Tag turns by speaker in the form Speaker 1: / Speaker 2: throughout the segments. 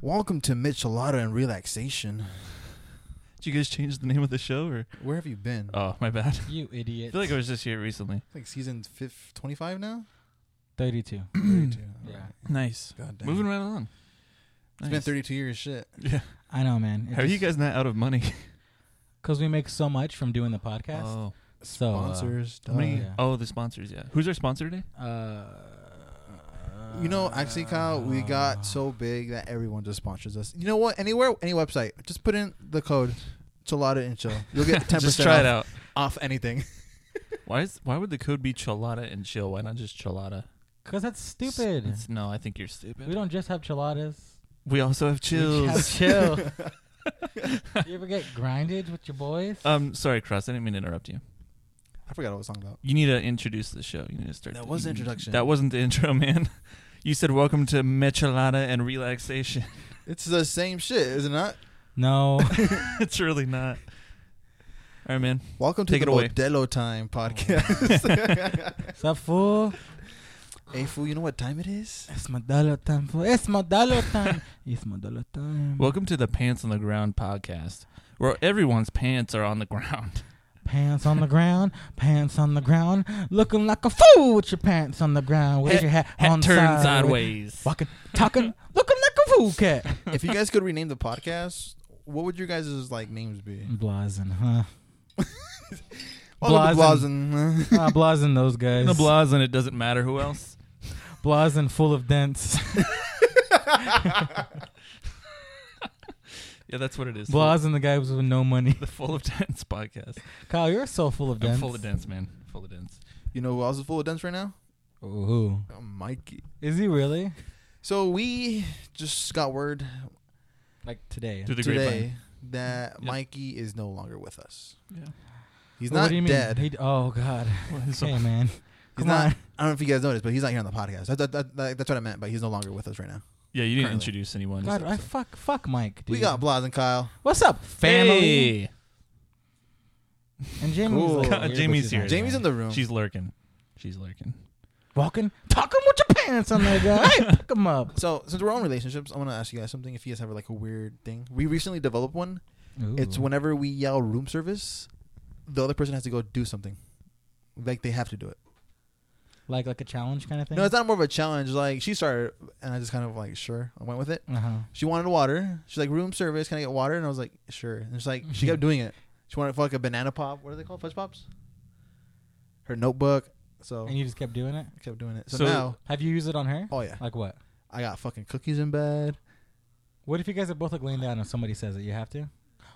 Speaker 1: Welcome to Michelada and Relaxation.
Speaker 2: Did you guys change the name of the show or?
Speaker 1: Where have you been?
Speaker 2: Oh, my bad.
Speaker 3: You
Speaker 2: I
Speaker 3: idiot.
Speaker 2: feel like I was just here recently.
Speaker 1: I think season fif- 25 now?
Speaker 3: 32.
Speaker 1: 32.
Speaker 3: Yeah.
Speaker 1: Alright.
Speaker 2: Nice.
Speaker 1: God damn.
Speaker 2: Moving right along.
Speaker 1: It's been 32 years, shit.
Speaker 2: Yeah.
Speaker 3: I know, man.
Speaker 2: How are you guys not out of money?
Speaker 3: Because we make so much from doing the podcast.
Speaker 2: Oh,
Speaker 3: so, uh,
Speaker 1: Sponsors.
Speaker 2: how many-
Speaker 1: duh.
Speaker 3: yeah.
Speaker 2: oh, the sponsors. Yeah. Who's our sponsor today?
Speaker 3: Uh,
Speaker 1: You know, actually, Kyle, we got
Speaker 2: Uh.
Speaker 1: so big that everyone just sponsors us. You know what? Anywhere, any website, just put in the code Chelada and Chill. You'll get 10%
Speaker 2: just try
Speaker 1: off,
Speaker 2: it out.
Speaker 1: off anything.
Speaker 2: Why is why would the code be chelada and chill? Why not just chelada?
Speaker 3: Because that's
Speaker 2: It's-
Speaker 3: stupid.
Speaker 2: it's- no, I think you're stupid.
Speaker 3: we don't just have chiladas.
Speaker 2: We also have
Speaker 3: We
Speaker 2: chills.
Speaker 3: have chill. you ever get grinded with your boys?
Speaker 2: um, sorry, Cross. I didn't mean to interrupt you.
Speaker 1: I forgot what I was talking about.
Speaker 2: You need to introduce the show. You need to start.
Speaker 1: That
Speaker 2: the-
Speaker 1: was the
Speaker 2: you-
Speaker 1: introduction.
Speaker 2: That wasn't the intro, man. You said welcome to Michelada and relaxation.
Speaker 1: It's the same shit, is it not?
Speaker 3: no.
Speaker 2: it's really not. All right, man.
Speaker 1: Welcome to
Speaker 2: Take
Speaker 1: the
Speaker 2: it away. Oh.
Speaker 1: Modelo Time podcast.
Speaker 3: Sup, fool?
Speaker 1: hey, fool, you know what time it is?
Speaker 3: It's Modelo time, fool. It's Modelo time. it's Modelo time.
Speaker 2: Welcome to the Pants on the Ground podcast, where everyone's pants are on the ground.
Speaker 3: Pants on the ground, pants on the ground, looking like a fool with your pants on the ground. With
Speaker 2: Hat-
Speaker 3: your hat,
Speaker 2: Hat
Speaker 3: on
Speaker 2: turned
Speaker 3: sideways.
Speaker 2: sideways.
Speaker 3: Walking, talking, looking like a fool cat.
Speaker 1: if you guys could rename the podcast, what would your guys' like names be?
Speaker 3: Blazen, huh?
Speaker 1: Welcome to Blasen.
Speaker 3: Ah, Blazen, those guys.
Speaker 2: The blahs and it doesn't matter who else.
Speaker 3: Blazen full of dents.
Speaker 2: Yeah, that's what it is.
Speaker 3: Blazen, the guy who's with no money.
Speaker 2: The Full of Dance podcast.
Speaker 3: Kyle, you're so full of dents.
Speaker 2: I'm full of dance, man. Full of dance.
Speaker 1: You know who else is full of dents right now?
Speaker 3: Ooh.
Speaker 1: Uh, Mikey.
Speaker 3: Is he really?
Speaker 1: So we just got word
Speaker 3: Like today.
Speaker 2: To the
Speaker 1: today that
Speaker 2: Yeah.
Speaker 1: Mikey is no longer with us.
Speaker 2: grapevine.
Speaker 1: He's
Speaker 3: What
Speaker 1: not
Speaker 3: do you mean?
Speaker 1: dead.
Speaker 3: He- oh, God.
Speaker 2: Yeah.
Speaker 3: Hey, man.
Speaker 1: he's
Speaker 3: Come
Speaker 1: not.
Speaker 3: on.
Speaker 1: I don't know if you guys noticed, but he's not here on the podcast. That, that, that, that- that's what I meant. But he's no longer with us right now.
Speaker 2: Yeah, you didn't
Speaker 1: Currently.
Speaker 2: introduce anyone.
Speaker 3: God, I fuck, fuck Mike, dude.
Speaker 1: We got Blas and Kyle.
Speaker 3: What's up, family?
Speaker 2: Hey!
Speaker 3: And Jamie's
Speaker 1: Cool.
Speaker 3: over
Speaker 2: God,
Speaker 3: but
Speaker 2: Jamie's
Speaker 3: she's
Speaker 2: here.
Speaker 3: not
Speaker 1: Jamie's
Speaker 3: here.
Speaker 1: in the room.
Speaker 2: She's lurking. She's lurking.
Speaker 3: walking, talking with your pants on there, guy. hey, pick 'em up.
Speaker 1: so since we're on relationships, I want to ask you guys something. If you guys have like a weird thing, we recently developed one. It's
Speaker 3: Mm-hmm.
Speaker 1: whenever we yell room service, the other person has to go do something. Like they have to do it.
Speaker 3: like like a challenge kind of thing.
Speaker 1: No, it's not more of a challenge. Like she started, and I just kind of like sure, I went with it.
Speaker 3: uh-huh.
Speaker 1: She wanted water. She's like room service. Can I get water? And I was like sure. And it's like she
Speaker 3: Mm-hmm.
Speaker 1: kept doing it. She wanted like a banana pop. What are they called? Fudge pops. Her notebook. So
Speaker 3: And you just kept doing it.
Speaker 1: I kept doing it. So,
Speaker 2: So-
Speaker 1: now,
Speaker 3: Have you used it on her?
Speaker 1: oh yeah,
Speaker 3: Like what?
Speaker 1: I got fucking cookies in bed.
Speaker 3: What if you guys are both like laying down and somebody says it? You have to.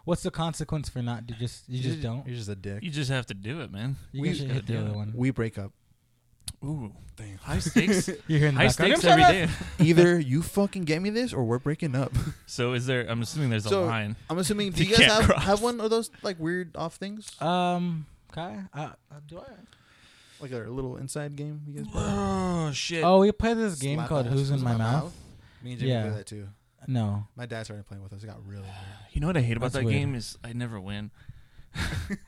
Speaker 3: What's the consequence for not? You just you just don't.
Speaker 1: You're just a dick.
Speaker 2: You just have to do it, man.
Speaker 3: You
Speaker 1: we
Speaker 3: guys should
Speaker 2: gotta
Speaker 3: hit the
Speaker 2: do
Speaker 3: other
Speaker 2: it.
Speaker 3: one.
Speaker 1: We break up.
Speaker 2: Ooh.
Speaker 1: Damn.
Speaker 2: High stakes.
Speaker 3: You're hearing the
Speaker 2: High
Speaker 3: background,
Speaker 2: stakes
Speaker 3: "Don't
Speaker 2: every
Speaker 3: shut
Speaker 2: day.
Speaker 3: up!"
Speaker 1: Either you fucking get me this, or we're breaking up.
Speaker 2: So is there? I'm assuming there's a
Speaker 1: So-
Speaker 2: line.
Speaker 1: I'm assuming. Do
Speaker 2: You
Speaker 1: you, guys
Speaker 2: can't
Speaker 1: have,
Speaker 2: cross.
Speaker 1: have one of those like weird off things,
Speaker 3: Um, Kai, uh, uh, do I?
Speaker 1: like a little inside game? You guys. play?
Speaker 2: Oh shit!
Speaker 3: Oh, we play this game
Speaker 1: Slap
Speaker 3: called
Speaker 1: ass.
Speaker 3: Who's in My, mouth?
Speaker 1: Me and Jimmy
Speaker 3: Yeah.
Speaker 1: play that too.
Speaker 3: No,
Speaker 1: My dad started playing with us. It got really weird.
Speaker 2: You know what I hate about
Speaker 3: That's
Speaker 2: that
Speaker 3: weird.
Speaker 2: game is I never win.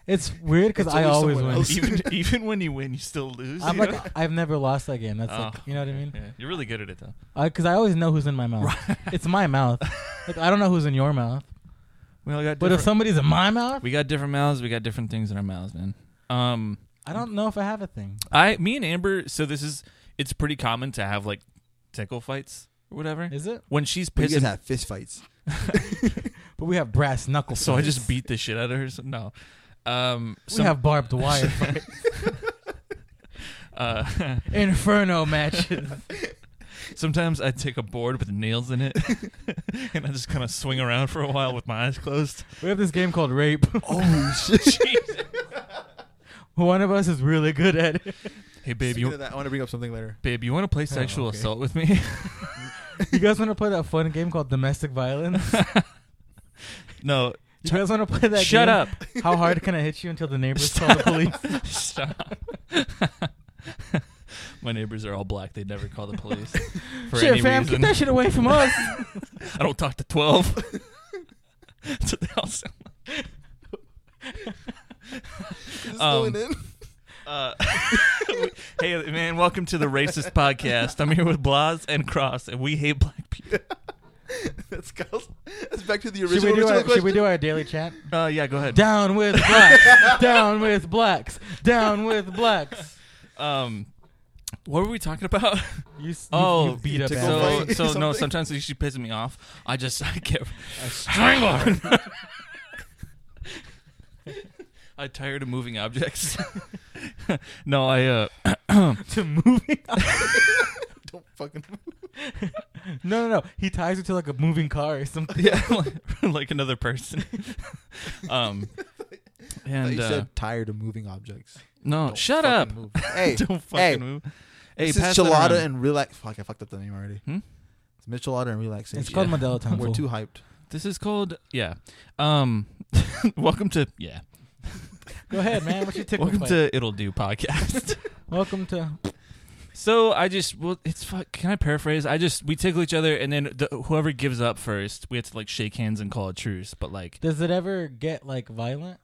Speaker 3: it's weird because
Speaker 1: It's
Speaker 3: I
Speaker 1: always
Speaker 3: always
Speaker 1: someone
Speaker 3: win.
Speaker 1: else.
Speaker 2: Oh, even even when you win, you still lose.
Speaker 3: I'm
Speaker 2: you know?
Speaker 3: like I've never lost that game. That's like
Speaker 2: Oh,
Speaker 3: you know what I mean.
Speaker 2: Yeah, you're really good at it though.
Speaker 3: Because I always know who's in my mouth. it's my mouth. Like I don't know who's in your mouth.
Speaker 2: We all got
Speaker 3: But if
Speaker 2: different,
Speaker 3: somebody's in my mouth,
Speaker 2: we got different mouths. We got different things in our mouths, man. Um,
Speaker 3: I don't know if I have a thing.
Speaker 2: I, me and Amber. So this is it's pretty common to have like tickle fights or whatever.
Speaker 3: Is it?
Speaker 2: When she's
Speaker 1: But you guys
Speaker 2: pissed,
Speaker 1: have fist fights.
Speaker 3: But we have brass knuckles.
Speaker 2: so I just beat the shit out of her. So, no, um,
Speaker 3: We
Speaker 2: some-
Speaker 3: have barbed wire fight.
Speaker 2: uh,
Speaker 3: inferno matches.
Speaker 2: Sometimes I take a board with nails in it, and I just kind of swing around for a while with my eyes closed.
Speaker 3: We have this game called rape.
Speaker 2: Oh.
Speaker 1: Holy shit!
Speaker 3: One of us is really good at it.
Speaker 2: Hey, babe,
Speaker 1: Speaking
Speaker 2: you
Speaker 1: of that, I want to bring up something later.
Speaker 2: babe, you want to play sexual
Speaker 3: Oh, okay.
Speaker 2: assault with me?
Speaker 3: You guys want to play that fun game called domestic violence?
Speaker 2: no,
Speaker 3: You guys want to play that?
Speaker 2: shut
Speaker 3: game?
Speaker 2: up.
Speaker 3: How hard can I hit you until the neighbors call the police?
Speaker 2: Stop. my neighbors are all black. They never call the police for any
Speaker 3: shit, fam,
Speaker 2: reason.
Speaker 3: keep that shit away from us.
Speaker 2: I don't talk to twelve. That's what they all sound like.
Speaker 1: Is
Speaker 2: Um,
Speaker 1: going in?
Speaker 2: Uh, hey, man, welcome to the Racist Podcast. I'm here with Blas and Cross, and we hate black people.
Speaker 1: that's Kyle's. That's back to the
Speaker 3: Should we,
Speaker 1: original,
Speaker 3: do
Speaker 1: original
Speaker 3: our,
Speaker 1: question.
Speaker 3: should we do our daily chat?
Speaker 2: Uh, yeah, go ahead.
Speaker 3: Down with blacks. down with blacks. Down with blacks.
Speaker 2: Um, what were we talking about?
Speaker 3: You, s- you-
Speaker 2: Oh,
Speaker 3: you beat up.
Speaker 1: tickle
Speaker 3: all
Speaker 1: fight.
Speaker 2: so,
Speaker 3: of us.
Speaker 2: so no.
Speaker 1: Something.
Speaker 2: Sometimes she pisses me off. I just I get strangled. I tired of moving objects. no, I uh,
Speaker 3: to moving.
Speaker 1: Don't fucking.
Speaker 3: No, no, no. He ties it to like a moving car or something.
Speaker 2: yeah, like, like another person. um, and
Speaker 1: you
Speaker 2: uh,
Speaker 1: said tired of moving objects.
Speaker 2: no,
Speaker 1: Don't
Speaker 2: shut up.
Speaker 1: fucking move. Hey,
Speaker 2: Don't
Speaker 1: Oh,
Speaker 2: fucking
Speaker 1: hey.
Speaker 2: move. Hey,
Speaker 1: this
Speaker 2: pass
Speaker 1: is
Speaker 2: that
Speaker 1: Chilada
Speaker 2: around.
Speaker 1: and Relax. Fuck, I fucked up the name already.
Speaker 2: Hmm?
Speaker 1: It's Michelada and Relaxation.
Speaker 3: It's called Modelo Time.
Speaker 1: We're too hyped.
Speaker 2: This is called yeah. Um, welcome to yeah.
Speaker 3: Go ahead, man. What's your tickle
Speaker 2: Welcome
Speaker 3: fight?
Speaker 2: to It'll Do podcast.
Speaker 3: Welcome to.
Speaker 2: so I just well, it's fuck. Can I paraphrase? I just we tickle each other, and then the, whoever gives up first, we have to like shake hands and call a truce. But like,
Speaker 3: Does it ever get like violent?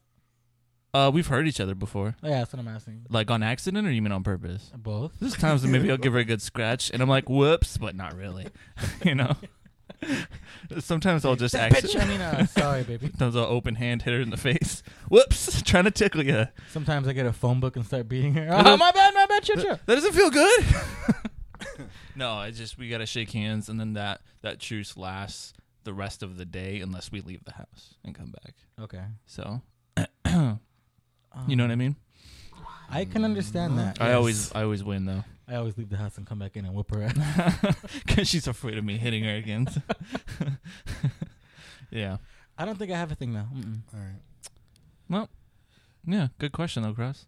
Speaker 2: uh, we've hurt each other before,
Speaker 3: Oh, yeah, that's what I'm asking.
Speaker 2: like on accident or you mean on purpose?
Speaker 3: Both.
Speaker 2: There's times that maybe I'll give her a good scratch, and I'm like, whoops, but not really, you know. Sometimes I'll just
Speaker 3: That
Speaker 2: accident.
Speaker 3: bitch. I mean, uh, sorry, baby.
Speaker 2: Sometimes I'll open hand hit her in the face. Whoops, trying to tickle you.
Speaker 3: Sometimes I get a phone book and start beating her.
Speaker 2: No, no.
Speaker 3: Oh, my bad, my bad. Shut shut.
Speaker 2: That doesn't feel good. no, I just we gotta shake hands, and then that that truce lasts the rest of the day unless we leave the house and come back.
Speaker 3: Okay.
Speaker 2: So, you know what I mean?
Speaker 3: Um, I can understand that.
Speaker 2: I
Speaker 3: yes.
Speaker 2: always I always win though,
Speaker 3: I always leave the house and come back in and whoop her ass.
Speaker 2: because she's afraid of me hitting her again. yeah.
Speaker 3: I don't think I have a thing now. Mm-mm.
Speaker 1: All right.
Speaker 2: Yeah, good question though, Cross.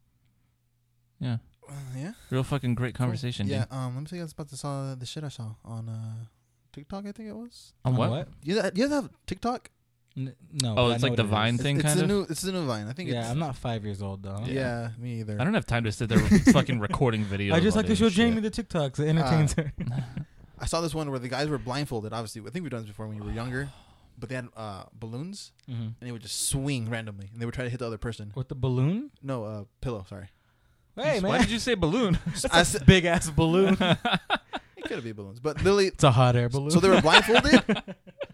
Speaker 2: Yeah,
Speaker 1: Uh, yeah.
Speaker 2: real fucking great conversation.
Speaker 1: Yeah.
Speaker 2: dude.
Speaker 1: Um. Let me tell you guys about this. Uh, the shit I saw on uh, TikTok. I think it was.
Speaker 2: On what?
Speaker 1: You guys- you guys have TikTok?
Speaker 3: N- no.
Speaker 2: Oh,
Speaker 3: but I
Speaker 2: it's
Speaker 3: know
Speaker 2: like
Speaker 3: what
Speaker 2: the
Speaker 3: it is.
Speaker 2: Vine thing,
Speaker 1: it's
Speaker 2: kind
Speaker 1: a
Speaker 2: of.
Speaker 1: new. It's a new Vine. I think.
Speaker 3: Yeah,
Speaker 1: it's,
Speaker 3: I'm not five years old though.
Speaker 1: Yeah.
Speaker 2: Yeah.
Speaker 1: me either.
Speaker 2: I don't have time to sit there with fucking recording videos.
Speaker 3: I just
Speaker 2: all
Speaker 3: like to
Speaker 2: day
Speaker 3: show
Speaker 2: and
Speaker 3: Jamie
Speaker 2: shit.
Speaker 3: the TikToks. It entertains her.
Speaker 1: I saw this one where the guys were blindfolded. Obviously, I think we've done this before when you were younger, but they had uh, balloons
Speaker 3: mm-hmm.
Speaker 1: and they would just swing randomly and they would try to hit the other person.
Speaker 3: With the balloon?
Speaker 1: No, uh, pillow. Sorry,
Speaker 3: Hey
Speaker 2: Why
Speaker 3: man,
Speaker 2: did you say balloon?
Speaker 1: I said,
Speaker 3: big ass balloon.
Speaker 1: it could be balloons, but literally,
Speaker 3: it's a hot air balloon.
Speaker 1: so they were blindfolded.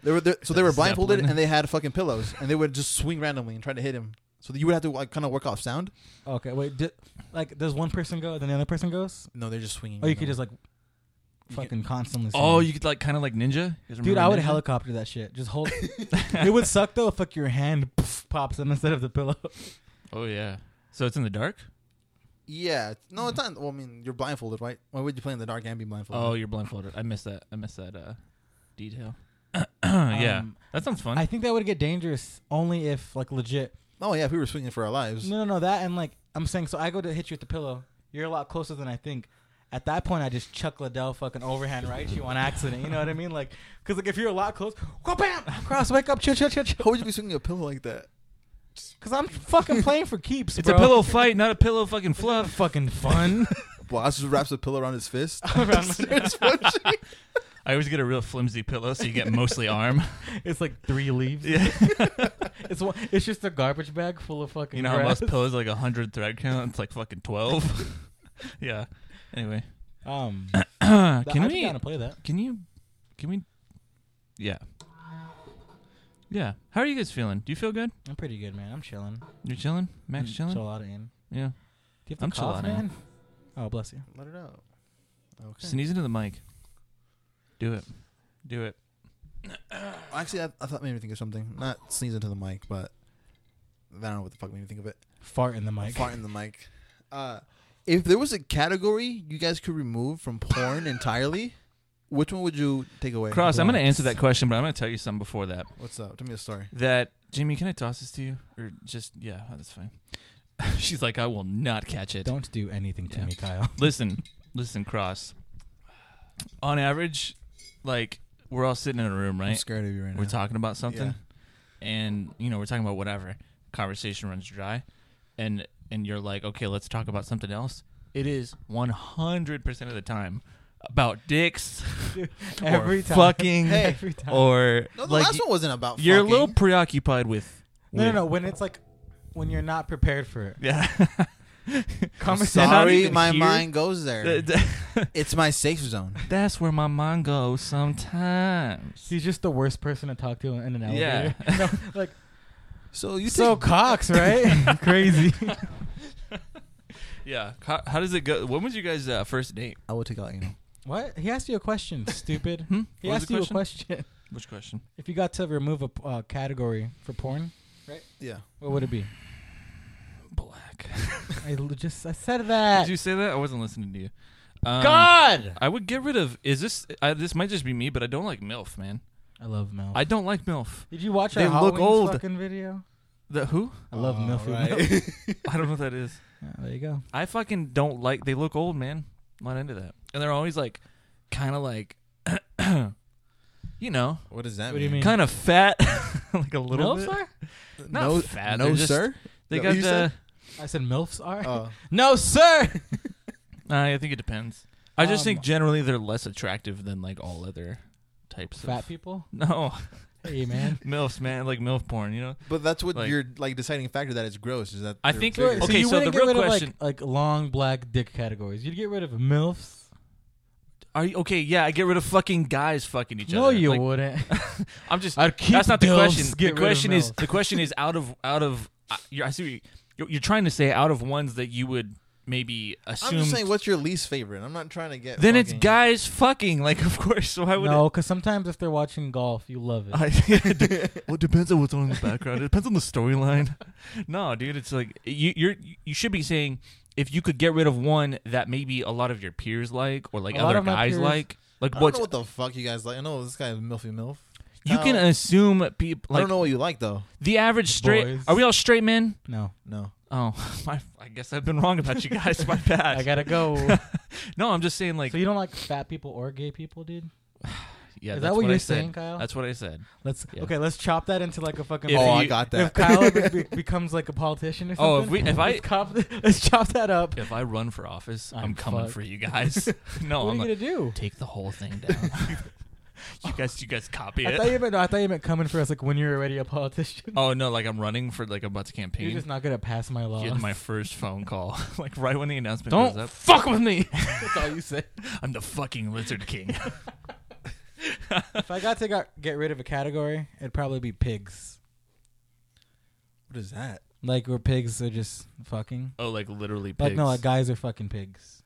Speaker 1: they were they- so they were blindfolded
Speaker 2: Zeppelin.
Speaker 1: and they had fucking pillows and they would just swing randomly and try to hit him. So you would have to like, kind of work off sound.
Speaker 3: okay, wait. di- like, does one person go, then the other person goes?
Speaker 1: No, they're just swinging.
Speaker 3: Or Oh, you could
Speaker 1: randomly.
Speaker 3: just like
Speaker 1: You
Speaker 3: fucking constantly.
Speaker 2: Oh,
Speaker 3: swing?
Speaker 2: you could like kind of like ninja. You guys
Speaker 3: dude,
Speaker 2: remember
Speaker 3: I would
Speaker 2: ninja?
Speaker 3: helicopter that shit. Just hold. it would suck though if like your hand poof, pops in instead of the pillow.
Speaker 2: Oh yeah. So it's in the dark.
Speaker 1: Yeah. No, it's not. Well, I mean, you're blindfolded, right? Why would you play in the dark and be blindfolded?
Speaker 2: Oh, you're blindfolded. I missed that. I missed that uh, detail. yeah,
Speaker 3: Um,
Speaker 2: that sounds fun.
Speaker 3: I think that would get dangerous only if like legit.
Speaker 1: Oh yeah, if we were swinging for our lives.
Speaker 3: No, no, no. That and like I'm saying, so I go to hit you with the pillow. You're a lot closer than I think. At that point, I just chuck Liddell fucking overhand right you on accident. You know what I mean? Like, cause like if you're a lot close, go bam, cross, wake up, chill, chill, chill, chill.
Speaker 1: How would you be swinging a pillow like that?
Speaker 3: Cause I'm fucking playing for keeps.
Speaker 2: it's
Speaker 3: bro.
Speaker 2: a pillow fight, not a pillow fucking
Speaker 3: It's not
Speaker 2: fluff.
Speaker 3: fucking fun.
Speaker 1: Boss just wraps a pillow around his fist.
Speaker 3: Around my-
Speaker 1: Starts punching.
Speaker 2: I always get a real flimsy pillow, so you get mostly arm.
Speaker 3: it's like three leaves.
Speaker 2: Yeah.
Speaker 3: It's one, it's just a garbage bag full of fucking.
Speaker 2: You know how
Speaker 3: grass.
Speaker 2: most pillows are like hundred thread count? It's like fucking twelve. yeah. Anyway,
Speaker 3: Um,
Speaker 2: can
Speaker 3: can we
Speaker 2: we?
Speaker 3: kind of play that?
Speaker 2: Can you? Can we? Yeah. Yeah. How are you guys feeling? Do you feel good?
Speaker 3: I'm pretty good, man. I'm chilling.
Speaker 2: You're chilling. Max
Speaker 3: Mm,
Speaker 2: chilling.
Speaker 3: Chillotta in.
Speaker 2: Yeah.
Speaker 3: Do you have to
Speaker 2: I'm
Speaker 3: cough,
Speaker 2: chillotta.
Speaker 3: man? Oh, bless you.
Speaker 1: Let it out. Okay.
Speaker 2: Sneeze into the mic. Do it. Do it.
Speaker 1: Actually, I, I thought made me think of something. Not sneeze into the mic, but I don't know what the fuck made me think of it.
Speaker 3: Fart in the mic.
Speaker 1: Fart in the mic. Uh, if there was a category you guys could remove from porn entirely, which one would you take away?
Speaker 2: Cross, I'm going to
Speaker 3: blocks.
Speaker 2: answer that question, but I'm going to tell you something before that.
Speaker 1: What's up? Tell me a story.
Speaker 2: That, Jamie, can I toss this to you? Or just, yeah, oh, that's fine. She's like, I will not catch it.
Speaker 3: Don't do anything to
Speaker 2: Yeah.
Speaker 3: me, Kyle.
Speaker 2: Listen, listen, Cross. On average, like, we're all sitting in a room,
Speaker 1: I'm
Speaker 2: right?
Speaker 1: scared of you right now.
Speaker 2: We're talking about something,
Speaker 1: Yeah.
Speaker 2: and, you know, we're talking about whatever. Conversation runs dry, and and you're like, okay, let's talk about something else. It is 100% of the time about dicks.
Speaker 3: Every
Speaker 2: or
Speaker 3: time.
Speaker 2: fucking
Speaker 1: Hey.
Speaker 3: Every time.
Speaker 2: or
Speaker 1: No, the
Speaker 2: like
Speaker 1: last one wasn't about.
Speaker 2: you're a little
Speaker 1: fucking.
Speaker 2: preoccupied with
Speaker 3: no, no,
Speaker 2: with-
Speaker 3: no. When it's like, when you're not prepared for it.
Speaker 2: yeah
Speaker 3: Conversation.
Speaker 1: Sorry,
Speaker 2: even
Speaker 1: my
Speaker 2: here.
Speaker 1: mind goes there. it's my safe zone.
Speaker 2: That's where my mind goes sometimes.
Speaker 3: He's just the worst person to talk to in an
Speaker 2: Yeah.
Speaker 3: elevator. no, like
Speaker 1: So you
Speaker 3: so
Speaker 1: take-
Speaker 3: Cox, right? Crazy.
Speaker 2: Yeah. How, how does it go? When was you guys' uh, first date?
Speaker 1: I will take out. You know,
Speaker 3: What? He asked you a question, stupid.
Speaker 2: Hmm?
Speaker 3: He
Speaker 2: What was
Speaker 3: asked
Speaker 2: the
Speaker 3: you a question.
Speaker 2: Which question?
Speaker 3: If you got to remove a p- uh, category for porn,
Speaker 1: yeah.
Speaker 3: what would it be?
Speaker 2: Black.
Speaker 3: I l- just I said
Speaker 2: Did
Speaker 3: that.
Speaker 2: you say that? I wasn't listening to you. Um,
Speaker 3: God.
Speaker 2: I would get rid of. Is this? I, this might just be me, but I don't like milf, man.
Speaker 3: I love Mel.
Speaker 2: I don't like milf.
Speaker 3: Did you watch
Speaker 1: They
Speaker 3: our
Speaker 1: look
Speaker 3: Halloween
Speaker 1: old.
Speaker 3: fucking video?
Speaker 2: The who?
Speaker 3: I love
Speaker 1: All
Speaker 3: Milf.
Speaker 1: right.
Speaker 2: I don't know what that is.
Speaker 3: Yeah, there you go.
Speaker 2: I fucking don't like. They look old, man. I'm not into that. And they're always like, kind of like, you know,
Speaker 1: What does that
Speaker 3: What do you mean?
Speaker 2: kind of fat, like a little
Speaker 3: Milfs
Speaker 2: bit.
Speaker 3: are?
Speaker 2: Not
Speaker 1: no,
Speaker 2: fat,
Speaker 1: no,
Speaker 2: they're just-
Speaker 1: sir.
Speaker 2: They
Speaker 1: Is that
Speaker 2: got
Speaker 1: what you
Speaker 2: the.
Speaker 3: I said milfs are.
Speaker 1: Oh.
Speaker 3: no, sir.
Speaker 2: Nah, uh, I think it depends. I just think
Speaker 3: Um,
Speaker 2: generally they're less attractive than like all other types
Speaker 3: Fat
Speaker 2: of.
Speaker 3: people.
Speaker 2: No,
Speaker 3: Hey man.
Speaker 2: milfs, man, like milf porn. You know,
Speaker 1: But that's what
Speaker 2: Like-
Speaker 1: your like deciding factor that it's gross is that
Speaker 2: I
Speaker 1: they're
Speaker 2: think-
Speaker 1: bigger.
Speaker 2: Wait, Okay,
Speaker 3: you
Speaker 2: so
Speaker 3: wouldn't
Speaker 2: the
Speaker 3: get
Speaker 2: real
Speaker 3: rid
Speaker 2: question-
Speaker 3: of like, like long black dick categories. You'd get rid of milfs.
Speaker 2: are you okay? Yeah, I get rid of fucking guys fucking each
Speaker 3: no,
Speaker 2: other.
Speaker 3: you
Speaker 2: Like,
Speaker 3: wouldn't.
Speaker 2: I'm just.
Speaker 3: I'd keep
Speaker 2: that's not the
Speaker 3: milfs,
Speaker 2: question. The
Speaker 3: get rid of
Speaker 2: question is
Speaker 3: milfs.
Speaker 2: the question is out of out of. Uh, you're, I see. What you- you're, you're trying to say out of ones that you would maybe
Speaker 1: I'm
Speaker 2: assume.
Speaker 1: just saying, what's your least favorite? I'm not trying to get.
Speaker 2: then it's
Speaker 1: fucking-
Speaker 2: guys fucking. Like of course. Why would
Speaker 3: no, because sometimes if they're watching golf, you love it.
Speaker 2: I, well, it depends on what's on in the background. It depends on the storyline. No, dude, it's like you, you're you should be saying if you could get rid of one that maybe a lot of your peers like or like
Speaker 3: A lot
Speaker 2: other
Speaker 3: of my
Speaker 2: guys
Speaker 3: peers-
Speaker 2: like,
Speaker 1: I
Speaker 2: like
Speaker 1: don't
Speaker 2: what's
Speaker 1: know what the fuck you guys like. I know this guy is milfy milf.
Speaker 2: you can
Speaker 1: Kyle,
Speaker 2: assume people
Speaker 1: I
Speaker 2: like
Speaker 1: don't know what you like though.
Speaker 2: the average straight.
Speaker 3: Boys.
Speaker 2: Are we all straight men?
Speaker 3: no,
Speaker 1: No,
Speaker 2: Oh, my, I guess I've been wrong about you guys. my bad.
Speaker 3: I gotta go.
Speaker 2: no, I'm just saying like
Speaker 3: so you don't like fat people or gay people, dude?
Speaker 2: yeah.
Speaker 3: is
Speaker 2: that's
Speaker 3: that
Speaker 2: what,
Speaker 3: what you're
Speaker 2: I said.
Speaker 3: saying, Kyle?
Speaker 2: That's what I said.
Speaker 3: Let's
Speaker 2: Yeah.
Speaker 3: okay. Let's chop that into like a fucking.
Speaker 2: If
Speaker 1: oh, I
Speaker 2: you-
Speaker 1: got
Speaker 3: if
Speaker 1: that.
Speaker 3: Kyle be- becomes like a politician or something.
Speaker 2: Oh, if we- if I-
Speaker 3: let's, cop, let's chop that up.
Speaker 2: If I run for office, I'm,
Speaker 3: I'm
Speaker 2: coming
Speaker 3: fucked.
Speaker 2: for you guys. no,
Speaker 3: what are
Speaker 2: I'm like,
Speaker 3: you gonna do?
Speaker 2: take the whole thing down. you guys, you guys copy
Speaker 3: I
Speaker 2: it.
Speaker 3: thought you meant no, I thought you meant coming for us like when you're already a politician.
Speaker 2: Oh no! Like I'm running for like I'm about to
Speaker 3: You're
Speaker 2: campaign.
Speaker 3: just not gonna pass my law.
Speaker 2: Get my first phone call, like right when the announcement
Speaker 3: Don't
Speaker 2: goes up.
Speaker 3: fuck with me. That's all you say.
Speaker 2: I'm the fucking lizard king.
Speaker 3: If I got to got, get rid of a category, it'd probably be pigs.
Speaker 1: What is that?
Speaker 3: Like where pigs are just fucking.
Speaker 2: oh, like literally pigs.
Speaker 3: Like no, like guys are fucking pigs.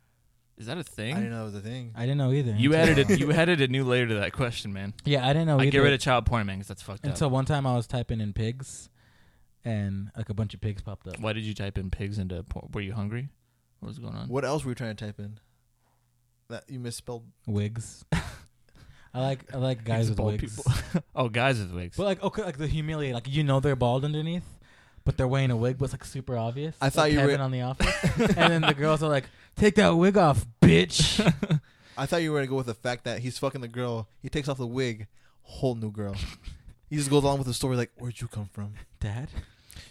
Speaker 2: Is that a
Speaker 1: I didn't
Speaker 2: thing?
Speaker 1: know that was a thing.
Speaker 3: I didn't know Oh, either.
Speaker 2: You
Speaker 3: until-
Speaker 2: added a, you added a new layer to that question, man.
Speaker 3: Yeah, I didn't know
Speaker 2: I
Speaker 3: either.
Speaker 2: get rid of child porn, man, because that's fucked
Speaker 3: until
Speaker 2: up.
Speaker 3: one time I was typing in pigs, and like a bunch of pigs popped up.
Speaker 2: Why did you type in pigs into porn? Were you hungry? What was going on?
Speaker 1: What else were you trying to type in? That you misspelled.
Speaker 3: Wigs. I like I like guys with
Speaker 2: bald
Speaker 3: wigs.
Speaker 2: Oh, guys with wigs.
Speaker 3: But like okay, like the humiliate, like you know they're bald underneath, but they're wearing a wig, but it's like super obvious.
Speaker 1: I thought
Speaker 3: Like
Speaker 1: you were-
Speaker 3: Kevin on the office, and then the girls are like, "Take that wig off, bitch."
Speaker 1: I thought you were gonna go with the fact that he's fucking the girl. He takes off the wig, whole new girl. he just goes along with the story like, "Where'd you come from?"
Speaker 3: Dad,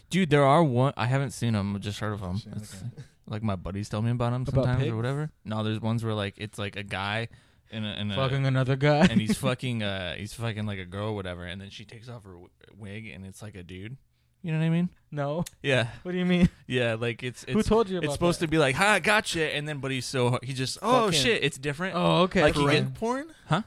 Speaker 2: Dude, there are one. I haven't seen them. I just heard of them.
Speaker 1: Shit,
Speaker 2: It's-
Speaker 1: okay.
Speaker 2: like my buddies tell me about them
Speaker 3: About
Speaker 2: sometimes
Speaker 3: pigs?
Speaker 2: or whatever. No, there's ones where like it's like a guy and a, and a
Speaker 3: fucking another guy.
Speaker 2: and he's fucking uh he's fucking like a girl or whatever, and then she takes off her w- wig and it's like a dude. You know what I mean?
Speaker 3: no,
Speaker 2: Yeah,
Speaker 3: what do you mean?
Speaker 2: yeah. Like it's
Speaker 3: Who
Speaker 2: it's
Speaker 3: told you? About
Speaker 2: it's supposed to be like ha gotcha, and then but he's so he just oh
Speaker 1: Fucking-
Speaker 2: shit it's different.
Speaker 3: Oh, okay.
Speaker 2: Like he
Speaker 1: Prank porn?
Speaker 2: Huh?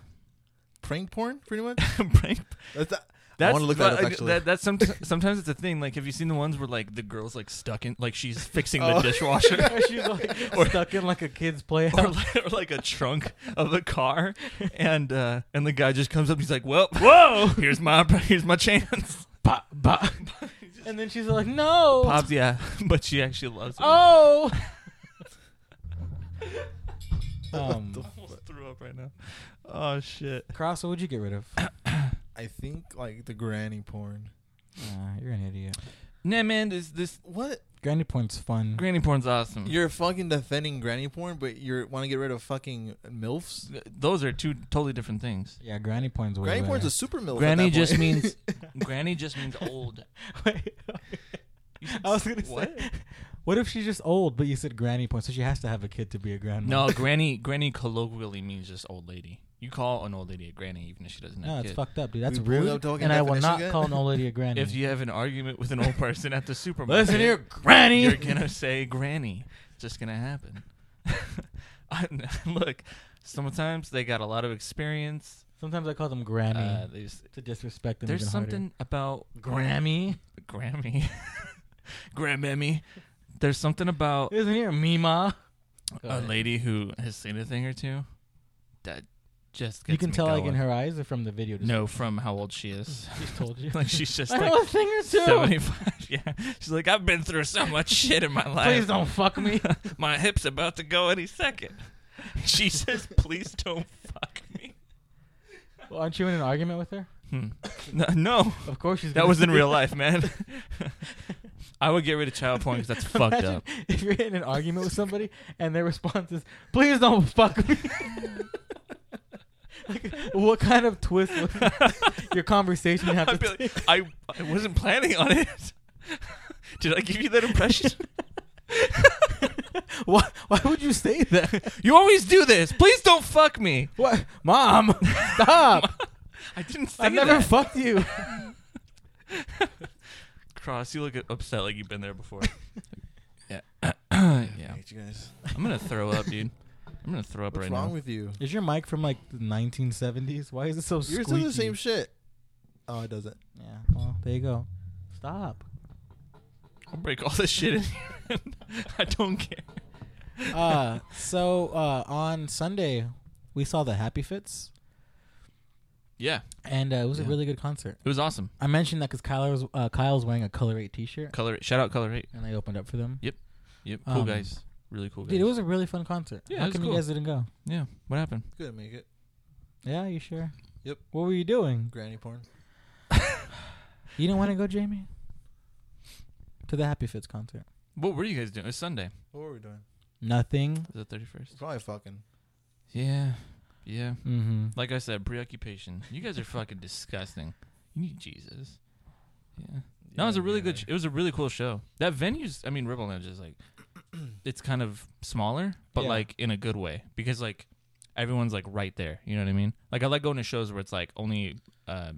Speaker 1: Prank porn? Pretty much.
Speaker 2: Prank-
Speaker 1: That's the-
Speaker 2: That's,
Speaker 1: wanna look that
Speaker 2: but,
Speaker 1: up,
Speaker 2: uh,
Speaker 1: actually.
Speaker 2: That, that's some, sometimes it's a thing. Like, have you seen the ones where like the girl's like stuck in, like she's fixing
Speaker 1: Oh.
Speaker 2: the dishwasher,
Speaker 3: She's like
Speaker 2: Or-
Speaker 3: stuck in like a kid's
Speaker 2: or
Speaker 3: playhouse.
Speaker 2: like, or like a trunk of a car, and uh, and the guy just comes up. He's like, "Well, whoa, here's my here's my chance."
Speaker 3: Bah, bah. and then she's like,
Speaker 1: Oh.
Speaker 3: "No,
Speaker 2: Pops, yeah, but she actually loves him.
Speaker 3: oh." um,
Speaker 2: Almost threw up right now. Oh shit.
Speaker 3: Cross, what would you get rid of? uh,
Speaker 1: I think like the granny porn.
Speaker 3: you're an idiot.
Speaker 2: Nah, man, this this
Speaker 1: What?
Speaker 3: Granny point's fun.
Speaker 2: granny porn's awesome.
Speaker 1: You're fucking defending granny porn, but you want to get rid of fucking milfs?
Speaker 2: Those are two totally different things.
Speaker 3: yeah, granny point's way
Speaker 1: Granny
Speaker 3: better.
Speaker 1: porn's a super milf. at
Speaker 2: Granny
Speaker 1: that
Speaker 2: just
Speaker 1: point.
Speaker 2: means granny just means old.
Speaker 3: Wait,
Speaker 2: You said
Speaker 3: I was gonna
Speaker 2: what?
Speaker 3: say, What if she's just old, but you said granny point, so she has to have a kid to be a grandma?
Speaker 2: No, granny. Granny colloquially means just old lady. You call an old lady a granny even if she doesn't have
Speaker 3: no,
Speaker 2: a
Speaker 3: it's
Speaker 2: kid.
Speaker 3: fucked up, dude. That's
Speaker 1: We really
Speaker 3: rude,
Speaker 1: don't get
Speaker 3: and I will
Speaker 1: definition
Speaker 3: not
Speaker 1: yet?
Speaker 3: call an old lady a granny.
Speaker 2: If you have an argument with an old person at the supermarket,
Speaker 3: listen here, granny.
Speaker 2: you're gonna say granny. It's just gonna happen. I, look, sometimes they got a lot of experience.
Speaker 3: Sometimes I call them Grammy
Speaker 2: Uh, they just-
Speaker 3: to disrespect them.
Speaker 2: there's
Speaker 3: even harder.
Speaker 2: something about
Speaker 3: Grammy.
Speaker 2: Grammy, Grammy. There's something about
Speaker 3: Isn't here Mima? Go
Speaker 2: a
Speaker 3: ahead.
Speaker 2: lady who has seen a thing or two that just gets
Speaker 3: You can
Speaker 2: me
Speaker 3: tell, like in
Speaker 2: going.
Speaker 3: her eyes, or from the video. Just
Speaker 2: no from how old she is.
Speaker 3: she's told you.
Speaker 2: like she's just
Speaker 3: I
Speaker 2: like
Speaker 3: know a thing or two.
Speaker 2: 75. Yeah. She's like, I've been through so much shit in my life.
Speaker 3: Please don't fuck me.
Speaker 2: My hip's about to go any second. She says, please don't fuck me.
Speaker 3: well, aren't you in an argument with her?
Speaker 2: Hmm. No, no.
Speaker 3: Of course she's.
Speaker 2: that
Speaker 3: gonna
Speaker 2: was in
Speaker 3: say-
Speaker 2: real life, man. I would get rid of child porn because that's fucked
Speaker 3: Imagine
Speaker 2: up.
Speaker 3: If you're in an argument with somebody and their response is, "Please don't fuck me." like, what kind of twist would your conversation have
Speaker 2: I'd
Speaker 3: to
Speaker 2: be like, I, I wasn't planning on it. Did I give you that impression?
Speaker 3: why, why would you say that?
Speaker 2: You always do this. Please don't fuck me.
Speaker 3: What, mom? Stop!
Speaker 2: I didn't say
Speaker 3: I've never
Speaker 2: that.
Speaker 3: fucked you.
Speaker 2: Cross, you look upset like you've been there before. yeah. yeah.
Speaker 1: hate you guys.
Speaker 2: I'm gonna throw up, dude. I'm gonna throw up
Speaker 1: What's
Speaker 2: right
Speaker 1: wrong
Speaker 2: now.
Speaker 1: with you?
Speaker 3: Is your mic from like the 1970s? Why is it so
Speaker 1: Yours
Speaker 3: squeaky?
Speaker 1: does the same shit. Oh, it doesn't.
Speaker 3: yeah. Well, there you go. Stop.
Speaker 2: I'll break all this shit in. I don't care.
Speaker 3: Uh, so uh, on Sunday, we saw the Happy Fits,
Speaker 2: Yeah,
Speaker 3: and uh, it was a
Speaker 1: Yeah.
Speaker 3: really good concert.
Speaker 2: it was awesome.
Speaker 3: I mentioned that because Kyle was uh, Kyle's wearing a Color Eight T-shirt,
Speaker 2: Color eight. Shout out Color Eight.
Speaker 3: and I opened up for them.
Speaker 2: Yep, cool
Speaker 3: Um,
Speaker 2: guys. Really cool guys.
Speaker 3: Dude, it was a really fun concert.
Speaker 2: Yeah, it
Speaker 3: How
Speaker 2: was
Speaker 3: come
Speaker 2: cool.
Speaker 3: you guys didn't go?
Speaker 2: yeah. What happened?
Speaker 1: Couldn't make it.
Speaker 3: Yeah, you sure?
Speaker 1: Yep.
Speaker 3: What were you doing?
Speaker 1: Granny porn.
Speaker 3: You didn't want to go, Jamie, to the Happy Fits concert.
Speaker 2: What were you guys doing? It was Sunday.
Speaker 1: What were we doing?
Speaker 3: Nothing.
Speaker 2: The thirty first.
Speaker 1: Probably fucking.
Speaker 2: Yeah, yeah.
Speaker 3: Mm-hmm.
Speaker 2: Like I said, preoccupation. You guys are fucking disgusting. You need Jesus. Yeah. No, it was a really good. Sh- it was a really cool show. That venue's. I mean, Rebel Lounge is like, it's kind of smaller, but
Speaker 3: Yeah.
Speaker 2: like in a good way because like everyone's like right there. You know what I mean? Like I like going to shows where it's like only, uh,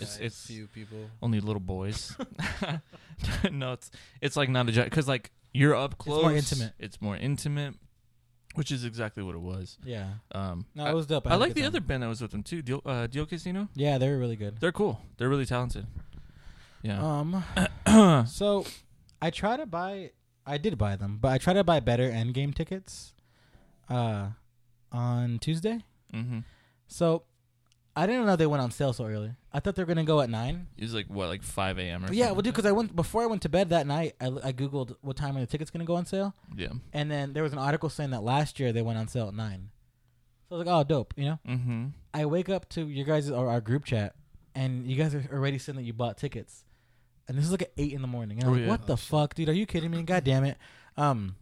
Speaker 2: it's
Speaker 1: Guys,
Speaker 2: it's
Speaker 1: few people.
Speaker 2: only little boys. no, it's it's like not a joke because like you're up close.
Speaker 3: more intimate.
Speaker 2: It's more intimate, which is exactly what it was.
Speaker 3: Yeah.
Speaker 2: Um,
Speaker 3: No,
Speaker 2: I,
Speaker 3: it was dope.
Speaker 2: I
Speaker 3: had a
Speaker 2: like
Speaker 3: good
Speaker 2: the
Speaker 3: time.
Speaker 2: other band that was with them too. Deal, uh, Deal Casino.
Speaker 3: Yeah, they were really good.
Speaker 2: They're cool. They're really talented. Yeah.
Speaker 3: Um, so I try to buy. I did buy them, but I try to buy better Endgame tickets. Uh, on Tuesday.
Speaker 2: mm-hmm.
Speaker 3: So I didn't know they went on sale so early. I thought they were gonna go at nine.
Speaker 2: It was like what, like five a.m. or
Speaker 3: But yeah,
Speaker 2: something?
Speaker 3: well, dude, because I went before I went to bed that night. I, I googled what time are the tickets gonna go on sale,
Speaker 2: Yeah.
Speaker 3: and then there was an article saying that last year they went on sale at nine. So I was like, oh, dope, you know.
Speaker 2: Mm-hmm.
Speaker 3: I wake up to your guys or our group chat, and you guys are already saying that you bought tickets, and this is like at eight in the morning. And I'm
Speaker 2: Oh,
Speaker 3: like,
Speaker 2: yeah.
Speaker 3: what the fuck, dude? Are you kidding me? God damn it. Um,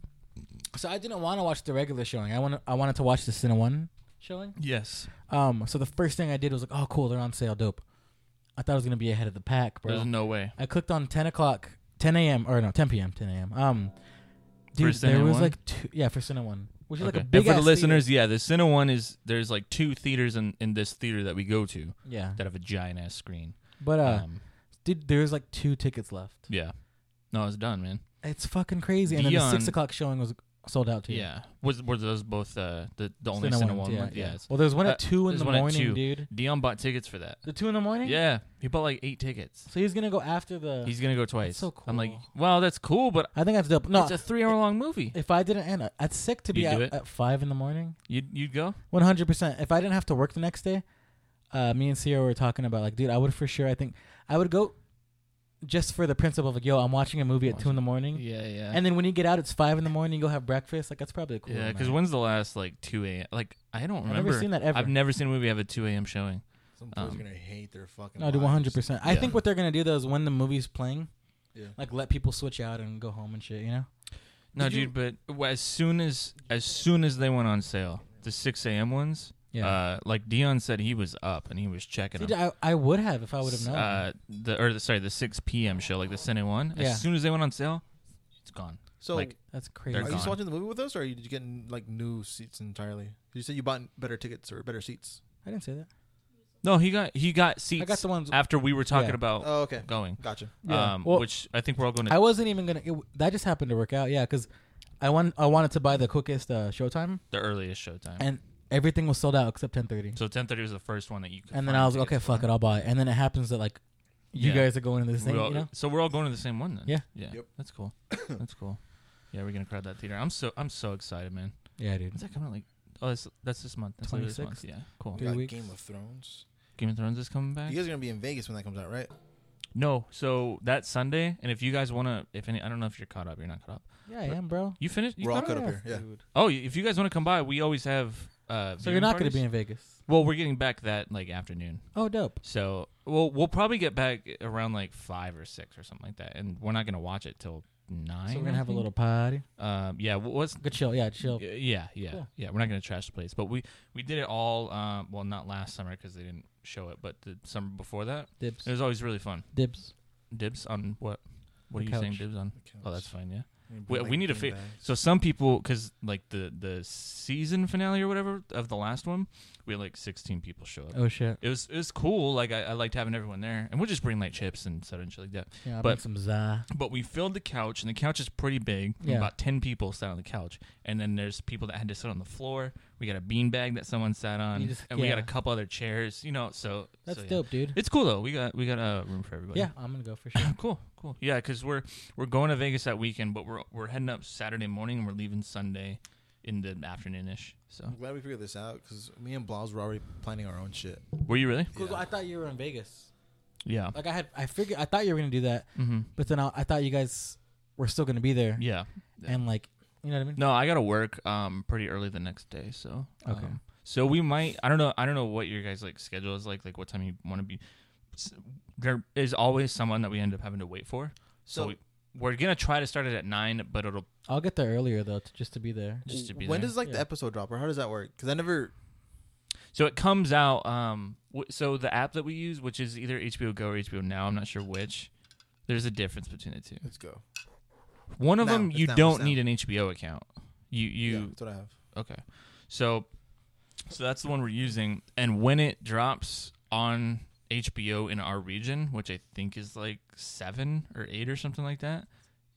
Speaker 3: so I didn't want to watch the regular showing. I want I wanted to watch the Cine One showing.
Speaker 2: Yes.
Speaker 3: Um, so the first thing I did was like, oh, cool, they're on sale, dope. I thought I was gonna be ahead of the pack, bro.
Speaker 2: There's no way.
Speaker 3: I clicked on 10 o'clock, 10 a.m. or no, 10 p.m., 10 a.m. Um, dude,
Speaker 2: For
Speaker 3: there
Speaker 2: Cine
Speaker 3: was
Speaker 2: One?
Speaker 3: like two, yeah, for Cine One, which is like a
Speaker 2: Okay.
Speaker 3: big.
Speaker 2: and for the
Speaker 3: ass
Speaker 2: listeners, yeah, the Cine One is there's like two theaters in, in this theater that we go to
Speaker 3: theater. yeah,
Speaker 2: that have a giant ass screen.
Speaker 3: but uh,
Speaker 2: um,
Speaker 3: dude, there was like two tickets left.
Speaker 2: yeah, no, it's done, man.
Speaker 3: It's fucking crazy, and then the six
Speaker 2: Dion-
Speaker 3: o'clock showing was sold out too.
Speaker 2: Yeah, was were those both uh, the the only Cine, One?
Speaker 3: yeah,
Speaker 2: ones?
Speaker 3: yeah.
Speaker 2: Yes.
Speaker 3: Well, there's one
Speaker 2: Uh,
Speaker 3: at two in
Speaker 2: there's
Speaker 3: the
Speaker 2: one at
Speaker 3: morning,
Speaker 2: two.
Speaker 3: dude.
Speaker 2: Dion bought tickets for that.
Speaker 3: The two in the morning.
Speaker 2: Yeah, he bought like eight tickets.
Speaker 3: So he's gonna go after the.
Speaker 2: He's gonna go twice.
Speaker 3: so
Speaker 2: I'm like,
Speaker 3: cool.
Speaker 2: wow, that's cool, but
Speaker 3: I think that's dope. No,
Speaker 2: it's a three hour long movie.
Speaker 3: if I didn't end, that's sick to be
Speaker 2: You'd do
Speaker 3: out
Speaker 2: it?
Speaker 3: at five in the morning.
Speaker 2: You'd you'd go?
Speaker 3: One hundred percent. If I didn't have to work the next day, uh, me and Sierra were talking about like, dude, I would for sure. I think I would go just for the principle of like, yo, I'm watching a movie at two in the morning,
Speaker 2: Yeah, yeah.
Speaker 3: and then when you get out, it's five in the morning. You go have breakfast. Like that's probably a cool.
Speaker 2: yeah, because
Speaker 3: night.
Speaker 2: when's the last like two a.m. Like I don't
Speaker 3: I've
Speaker 2: remember.
Speaker 3: never seen that ever.
Speaker 2: I've never seen a movie have a two a.m. showing.
Speaker 1: Some boys
Speaker 2: Um,
Speaker 1: are gonna hate their fucking.
Speaker 3: no, dude, one
Speaker 1: lives.
Speaker 3: hundred percent. I
Speaker 2: Yeah.
Speaker 3: think what they're gonna do though is when the movie's playing,
Speaker 1: Yeah.
Speaker 3: like let people switch out and go home and shit. You know?
Speaker 2: No,
Speaker 1: Did you-
Speaker 2: dude, but w- as soon as as soon as they went on sale, the six a.m. ones.
Speaker 3: Yeah.
Speaker 2: Uh, like Dion said, he was up and he was checking.
Speaker 3: dude,
Speaker 2: them.
Speaker 3: I, I would have if I would have known.
Speaker 2: Uh, the or the, sorry, the six p.m. show, like the Cine One.
Speaker 3: Yeah.
Speaker 2: As soon as they went on sale, it's gone.
Speaker 1: So
Speaker 2: like that's crazy.
Speaker 1: are you
Speaker 2: They're
Speaker 1: just
Speaker 2: gone.
Speaker 1: watching the movie with us, or did you get like new seats entirely? You said you bought better tickets or better seats.
Speaker 3: I didn't say that.
Speaker 2: No, he got he got seats
Speaker 3: I got the ones.
Speaker 2: after we were talking
Speaker 3: Yeah.
Speaker 2: about
Speaker 1: Oh, okay,
Speaker 2: going.
Speaker 1: gotcha.
Speaker 3: Yeah.
Speaker 2: Um,
Speaker 3: Well-
Speaker 2: which I think we're all going to.
Speaker 3: I wasn't even gonna. It, w- that just happened to work out. Yeah, because I want I wanted to buy the quickest uh, showtime,
Speaker 2: the earliest showtime.
Speaker 3: and everything was sold out except ten thirty.
Speaker 2: so 10:30 was the first one that you. Could
Speaker 3: And then
Speaker 2: find
Speaker 3: I was like,
Speaker 2: tickets
Speaker 3: okay,
Speaker 2: for.
Speaker 3: fuck it, I'll buy it. And then it happens that like you
Speaker 2: Yeah.
Speaker 3: guys are going to the same.
Speaker 2: We're all-
Speaker 3: You know?
Speaker 2: So we're all going to the same one then.
Speaker 3: Yeah.
Speaker 2: Yeah.
Speaker 1: Yep.
Speaker 2: That's cool. That's cool. Yeah, we're gonna crowd that theater. I'm so I'm so excited, man.
Speaker 3: Yeah, dude.
Speaker 2: Is that coming out like? Oh, that's that's this month. That's later this month.
Speaker 3: 26th?
Speaker 2: Yeah. Cool.
Speaker 3: Three
Speaker 1: Got
Speaker 3: weeks.
Speaker 1: Game of Thrones.
Speaker 2: Game of Thrones is coming back.
Speaker 1: You guys are gonna be in Vegas when that comes out, right?
Speaker 2: Oh, No, so that Sunday, and if you guys wanna, if any, I don't know if you're caught up. You're not caught up.
Speaker 3: Yeah, I am, bro.
Speaker 2: You finished? You
Speaker 1: We're all
Speaker 2: caught
Speaker 1: cut
Speaker 2: up?
Speaker 1: up here. Yeah.
Speaker 2: Oh, if you guys wanna come by, we always have. Uh,
Speaker 3: So you're not gonna be in Vegas.
Speaker 2: Well, we're getting back that like afternoon.
Speaker 3: Oh, dope.
Speaker 2: So we'll we'll probably get back around like five or six or something like that, and we're not gonna watch it till nine.
Speaker 3: So we're
Speaker 2: I
Speaker 3: gonna have a
Speaker 2: think.
Speaker 3: little party.
Speaker 2: Um, yeah. wh- What's
Speaker 3: Good chill. Yeah, chill.
Speaker 2: Y- Yeah, yeah,
Speaker 3: Cool.
Speaker 2: yeah. We're not gonna trash the place, but we we did it all. Um, well, not last summer because they didn't show it, but the summer before that,
Speaker 3: Dibs.
Speaker 2: it was always really fun.
Speaker 3: Dibs.
Speaker 2: Dibs on what? What
Speaker 3: The
Speaker 2: are you
Speaker 3: couch.
Speaker 2: saying? Dibs on?
Speaker 1: Okay,
Speaker 2: Oh,
Speaker 1: let's-
Speaker 2: that's fine. Yeah.
Speaker 1: I'm gonna
Speaker 2: We,
Speaker 1: bring my
Speaker 2: we need to
Speaker 1: game
Speaker 2: fit.
Speaker 1: bags.
Speaker 2: So some people, because like the the season finale or whatever of the last one, we had like sixteen people show up.
Speaker 3: Oh shit.
Speaker 2: It was it was cool. Like I, I liked having everyone there, and we'll just bring like chips and soda and shit like that.
Speaker 3: Yeah, I'll
Speaker 2: But-
Speaker 3: bring some za.
Speaker 2: But we filled the couch, and the couch is pretty big. and
Speaker 3: Yeah.
Speaker 2: About ten people sat on the couch, and then there's people that had to sit on the floor. We got a beanbag that someone sat on,
Speaker 3: You just-
Speaker 2: and we got a
Speaker 3: yeah.
Speaker 2: couple other chairs. You know, so
Speaker 3: That's
Speaker 2: so, yeah.
Speaker 3: dope, dude.
Speaker 2: It's cool though. We got we got a uh, room for everybody.
Speaker 3: Yeah, I'm gonna go for sure.
Speaker 2: cool, cool. Yeah, because we're we're going to Vegas that weekend, but we're we're heading up Saturday morning, and we're leaving Sunday in the afternoon ish. So
Speaker 1: I'm glad we figured this out because me and Blaws were already planning our own shit.
Speaker 2: were you really?
Speaker 3: Cool,
Speaker 1: Yeah.
Speaker 3: I thought you were in Vegas.
Speaker 2: Yeah.
Speaker 3: Like I had, I figured, I thought you were gonna do that,
Speaker 2: Mm-hmm.
Speaker 3: but then I, I thought you guys were still gonna be there,
Speaker 2: Yeah.
Speaker 3: and like, you know what I mean?
Speaker 2: No, I gotta work um pretty early the next day, so
Speaker 3: Okay.
Speaker 2: um, so we might. I don't know. I don't know what your guys like schedule is like. Like what time you want to be. S- There is always someone that we end up having to wait for. So,
Speaker 1: So-
Speaker 2: we, we're gonna try to start it at nine, but it'll
Speaker 3: I'll get there earlier though, to, just to be there.
Speaker 2: just to be
Speaker 1: when
Speaker 2: there.
Speaker 1: does like the
Speaker 3: Yeah.
Speaker 1: episode drop, or how does that work? Because I never.
Speaker 2: so it comes out. Um, w- so the app that we use, which is either HBO Go or HBO Now, I'm not sure which. There's a difference between the two.
Speaker 1: Let's go.
Speaker 2: One of
Speaker 1: Now,
Speaker 2: them
Speaker 1: it's
Speaker 2: you
Speaker 1: now, it's
Speaker 2: don't
Speaker 1: now.
Speaker 2: need an HBO account. You you
Speaker 1: yeah, that's what I have.
Speaker 2: Okay. So so that's the one we're using and when it drops on HBO in our region, which I think is like 7 or 8 or something like that,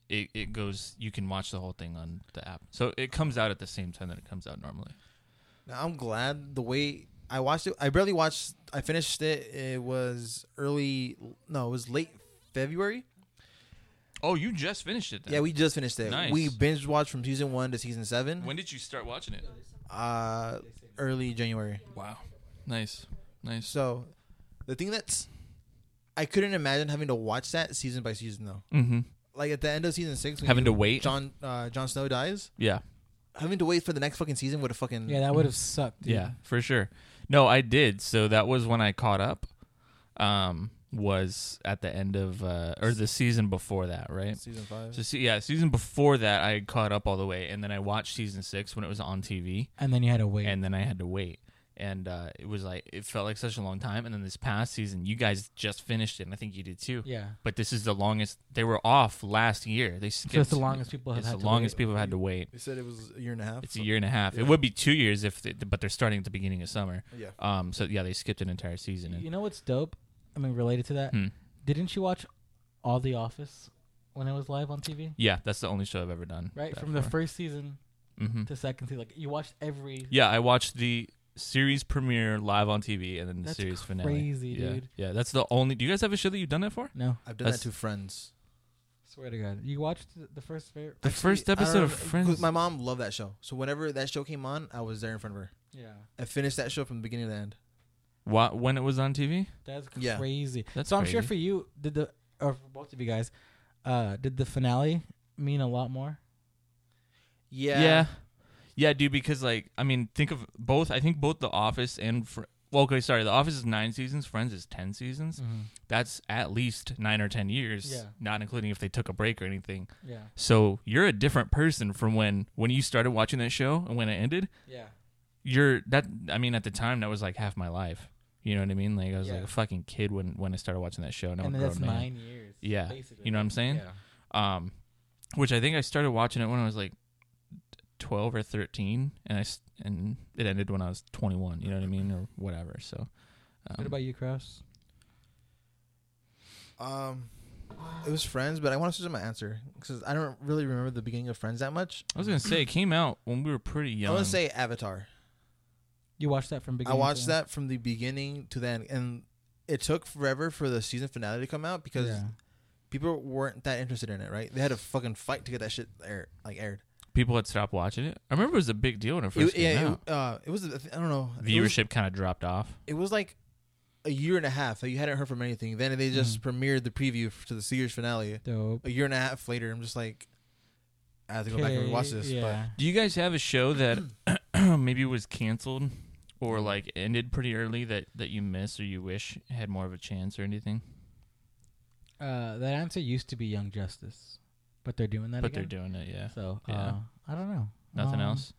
Speaker 2: it it goes you can watch the whole thing on the app. So it comes out at the same time that it comes out normally.
Speaker 1: Now, I'm glad the way I watched it. I barely watched. I finished it. It was early. No, it was late February.
Speaker 2: Oh, you just finished it then.
Speaker 1: Yeah, we just finished it.
Speaker 2: Nice.
Speaker 1: We binge watched from season one to season seven.
Speaker 2: when did you start watching it?
Speaker 1: uh, early January.
Speaker 2: Wow. Nice. Nice.
Speaker 1: So, the thing that's, I couldn't imagine having to watch that season by season though.
Speaker 2: Mhm.
Speaker 1: Like at the end of season six, when
Speaker 2: Having to
Speaker 1: you-
Speaker 2: wait?
Speaker 1: John uh, John Snow dies.
Speaker 2: Yeah.
Speaker 1: Having to wait for the next fucking season would have fucking
Speaker 3: Yeah, that would have sucked. Dude.
Speaker 2: Yeah, for sure. No, I did. So that was when I caught up. Um, was at the end of uh, or the season before that, right?
Speaker 1: season five.
Speaker 2: So se- yeah, season before that, I caught up all the way, and then I watched season six when it was on TV,
Speaker 3: And then you had to wait.
Speaker 2: and then I had to wait, and uh, it was like it felt like such a long time. And then this past season, you guys just finished it, and I think you did too.
Speaker 3: yeah.
Speaker 2: But this is the longest they were off last year. They skipped.
Speaker 3: So it's the longest people have
Speaker 2: It's
Speaker 3: had
Speaker 2: the
Speaker 3: to
Speaker 2: longest
Speaker 3: wait.
Speaker 2: people have had to wait.
Speaker 1: they said it was a year and a half.
Speaker 2: It's a year and a half. It would be two years if, they, but they're starting at the beginning of summer.
Speaker 1: Yeah.
Speaker 2: Um. So yeah, they skipped an entire season.
Speaker 3: You
Speaker 2: And,
Speaker 3: know what's dope? I mean, related to that,
Speaker 2: Hmm.
Speaker 3: didn't you watch all The Office when it was live on TV?
Speaker 2: yeah, that's the only show I've ever done.
Speaker 3: Right from the first season
Speaker 2: hmm
Speaker 3: to second season, like you watched every.
Speaker 2: Yeah, I watched the series premiere live on TV and then the
Speaker 3: That's
Speaker 2: series finale.
Speaker 3: crazy,
Speaker 2: yeah.
Speaker 3: dude.
Speaker 2: Yeah, that's the only. Do you guys have a show that you've done that for?
Speaker 3: No,
Speaker 1: I've done
Speaker 2: That's-
Speaker 1: that to friends.
Speaker 3: swear to God, you watched the, the first favorite.
Speaker 2: The first
Speaker 1: I don't
Speaker 2: episode
Speaker 1: know,
Speaker 2: of
Speaker 1: 'cause
Speaker 2: Friends.
Speaker 1: My mom loved that show, so whenever that show came on, I was there in front of her.
Speaker 3: Yeah,
Speaker 1: I finished that show from the beginning to the end.
Speaker 2: Wha- when it was on TV.
Speaker 3: that's
Speaker 1: Yeah.
Speaker 3: crazy.
Speaker 2: That's
Speaker 3: so I'm sure
Speaker 2: crazy.
Speaker 3: for you, did the or for both of you guys, uh, did the finale mean a lot more?
Speaker 1: Yeah.
Speaker 2: yeah, Yeah, dude. Because like, I mean, think of both. I think both The Office and Fr- well, okay, sorry, The Office is nine seasons. Friends is ten seasons. That's at least nine or ten years,
Speaker 3: Yeah.
Speaker 2: not including if they took a break or anything.
Speaker 3: Yeah,
Speaker 2: So you're a different person from when when you started watching that show and when it ended.
Speaker 3: yeah.
Speaker 2: You're that. I mean, at the time, that was like half my life. You know what I mean? Like I was like
Speaker 3: Yeah.
Speaker 2: a fucking kid when when I started watching that show, and I'm
Speaker 3: and
Speaker 2: a
Speaker 3: then
Speaker 2: grown
Speaker 3: that's
Speaker 2: man.
Speaker 3: nine years.
Speaker 2: Yeah.
Speaker 3: basically.
Speaker 2: You know what I'm saying? Um, which I think I started watching it when I was like twelve or thirteen, and I s- and it ended when I was twenty one. You know what I mean, or whatever. So, um,
Speaker 3: what about you, Kraus?
Speaker 1: Um, it was Friends, but I want to switch up my answer because I don't really remember the beginning of Friends that much.
Speaker 2: I was gonna say it came out when we were pretty young.
Speaker 1: I want to say Avatar.
Speaker 3: You watched that from
Speaker 1: I
Speaker 3: beginning.
Speaker 1: watched that from the beginning to the end, and it took forever for the season finale to come out because people weren't that interested in it. Right? They had to fucking fight to get that shit air, like aired.
Speaker 2: people had stopped watching it. I remember it was a big deal when it
Speaker 1: It,
Speaker 2: first came
Speaker 1: yeah,
Speaker 2: out.
Speaker 1: it, uh, it was. I don't know. It was,
Speaker 2: Viewership kind of dropped off.
Speaker 1: it was like a year and a half that you hadn't heard from anything. Then they just
Speaker 2: Mm.
Speaker 1: premiered the preview f- to the series finale
Speaker 3: dope.
Speaker 1: a year and a half later. I'm just like, I have to go back and watch this.
Speaker 3: Yeah.
Speaker 2: Do you guys have a show that maybe was canceled or like ended pretty early that that you miss or you wish had more of a chance or anything?
Speaker 3: Uh, that answer used to be Young Justice, but they're doing that
Speaker 2: but
Speaker 3: again.
Speaker 2: they're doing it, yeah.
Speaker 3: So
Speaker 2: Yeah.
Speaker 3: uh, I don't know.
Speaker 2: Nothing
Speaker 3: Um,
Speaker 2: else.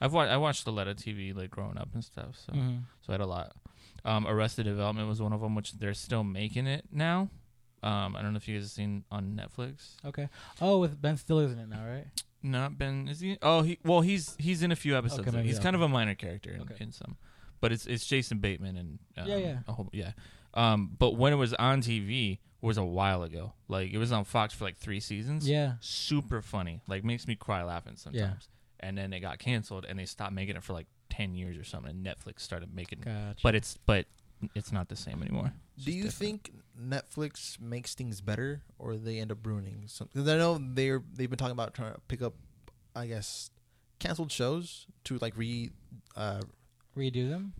Speaker 2: I've watched I watched a lot of TV like growing up and stuff, so
Speaker 3: mhm.
Speaker 2: so I had a lot. Um, Arrested Development was one of them, which they're still making it now. Um, I don't know if you guys have seen on Netflix.
Speaker 3: Okay. Oh, with Ben Stiller's in it now, right?
Speaker 2: Not Ben. Is he? Oh, he. Well, he's he's in a few episodes.
Speaker 3: Okay,
Speaker 2: though.
Speaker 3: maybe,
Speaker 2: he's kind
Speaker 3: okay.
Speaker 2: of a minor character in,
Speaker 3: Okay.
Speaker 2: in some, but it's it's Jason Bateman and um,
Speaker 3: Yeah, yeah.
Speaker 2: a whole, yeah. Um, but when it was on TV was a while ago. Like it was on Fox for like three seasons.
Speaker 3: Yeah.
Speaker 2: super funny. Like makes me cry laughing sometimes. And then it got canceled, and they stopped making it for like ten years or something. And Netflix started making,
Speaker 3: Gotcha.
Speaker 2: but it's but it's not the same anymore. It's
Speaker 1: Do
Speaker 2: just
Speaker 1: you
Speaker 2: different.
Speaker 1: think Netflix makes things better, or they end up ruining something? Because I know they're they've been talking about trying to pick up, I guess, canceled shows to like re, uh,
Speaker 3: redo them.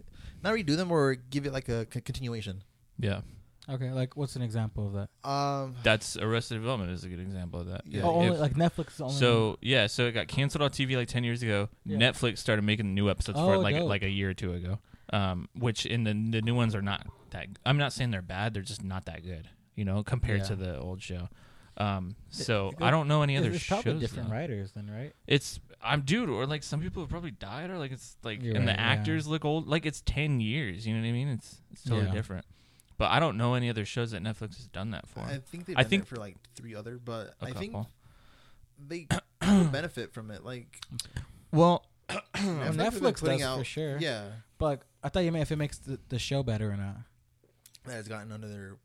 Speaker 1: not redo them or give it like a c- continuation.
Speaker 2: Yeah,
Speaker 3: Okay. Like, what's an example of that?
Speaker 1: Um,
Speaker 2: that's Arrested Development is a good example of that.
Speaker 1: Yeah.
Speaker 3: oh, only
Speaker 2: If-
Speaker 3: like Netflix. is Only
Speaker 2: So yeah, so it got canceled on TV like ten years ago.
Speaker 3: Yeah.
Speaker 2: Netflix started making new episodes for it
Speaker 3: Oh,
Speaker 2: like
Speaker 3: dope.
Speaker 2: like a year or two ago. Um, which in the the new ones are not that. I'm not saying they're bad. They're just not that good. You know, compared
Speaker 3: Yeah.
Speaker 2: to the old show. Um, so
Speaker 3: it-
Speaker 2: I don't know any
Speaker 3: It's-
Speaker 2: other
Speaker 3: it's
Speaker 2: shows.
Speaker 3: probably different
Speaker 2: now.
Speaker 3: writers, then, right?
Speaker 2: It's I'm dude, or like some people have probably died, or like it's like
Speaker 3: You're
Speaker 2: and
Speaker 3: right,
Speaker 2: the
Speaker 3: yeah.
Speaker 2: actors look old. Like it's ten years. You know what I mean? It's it's totally
Speaker 3: Yeah.
Speaker 2: different. But I don't know any other shows that Netflix has done that for.
Speaker 1: I think they've
Speaker 2: I
Speaker 1: done
Speaker 2: think-
Speaker 1: it for like three other, but
Speaker 2: a
Speaker 1: I think
Speaker 2: couple.
Speaker 1: they could benefit from it. Like
Speaker 2: Well,
Speaker 1: Netflix, has been
Speaker 3: Netflix
Speaker 1: putting
Speaker 3: does
Speaker 1: out,
Speaker 3: for sure.
Speaker 1: Yeah,
Speaker 3: But like, I thought you meant if it makes the, the show better or not.
Speaker 1: that has gotten under their.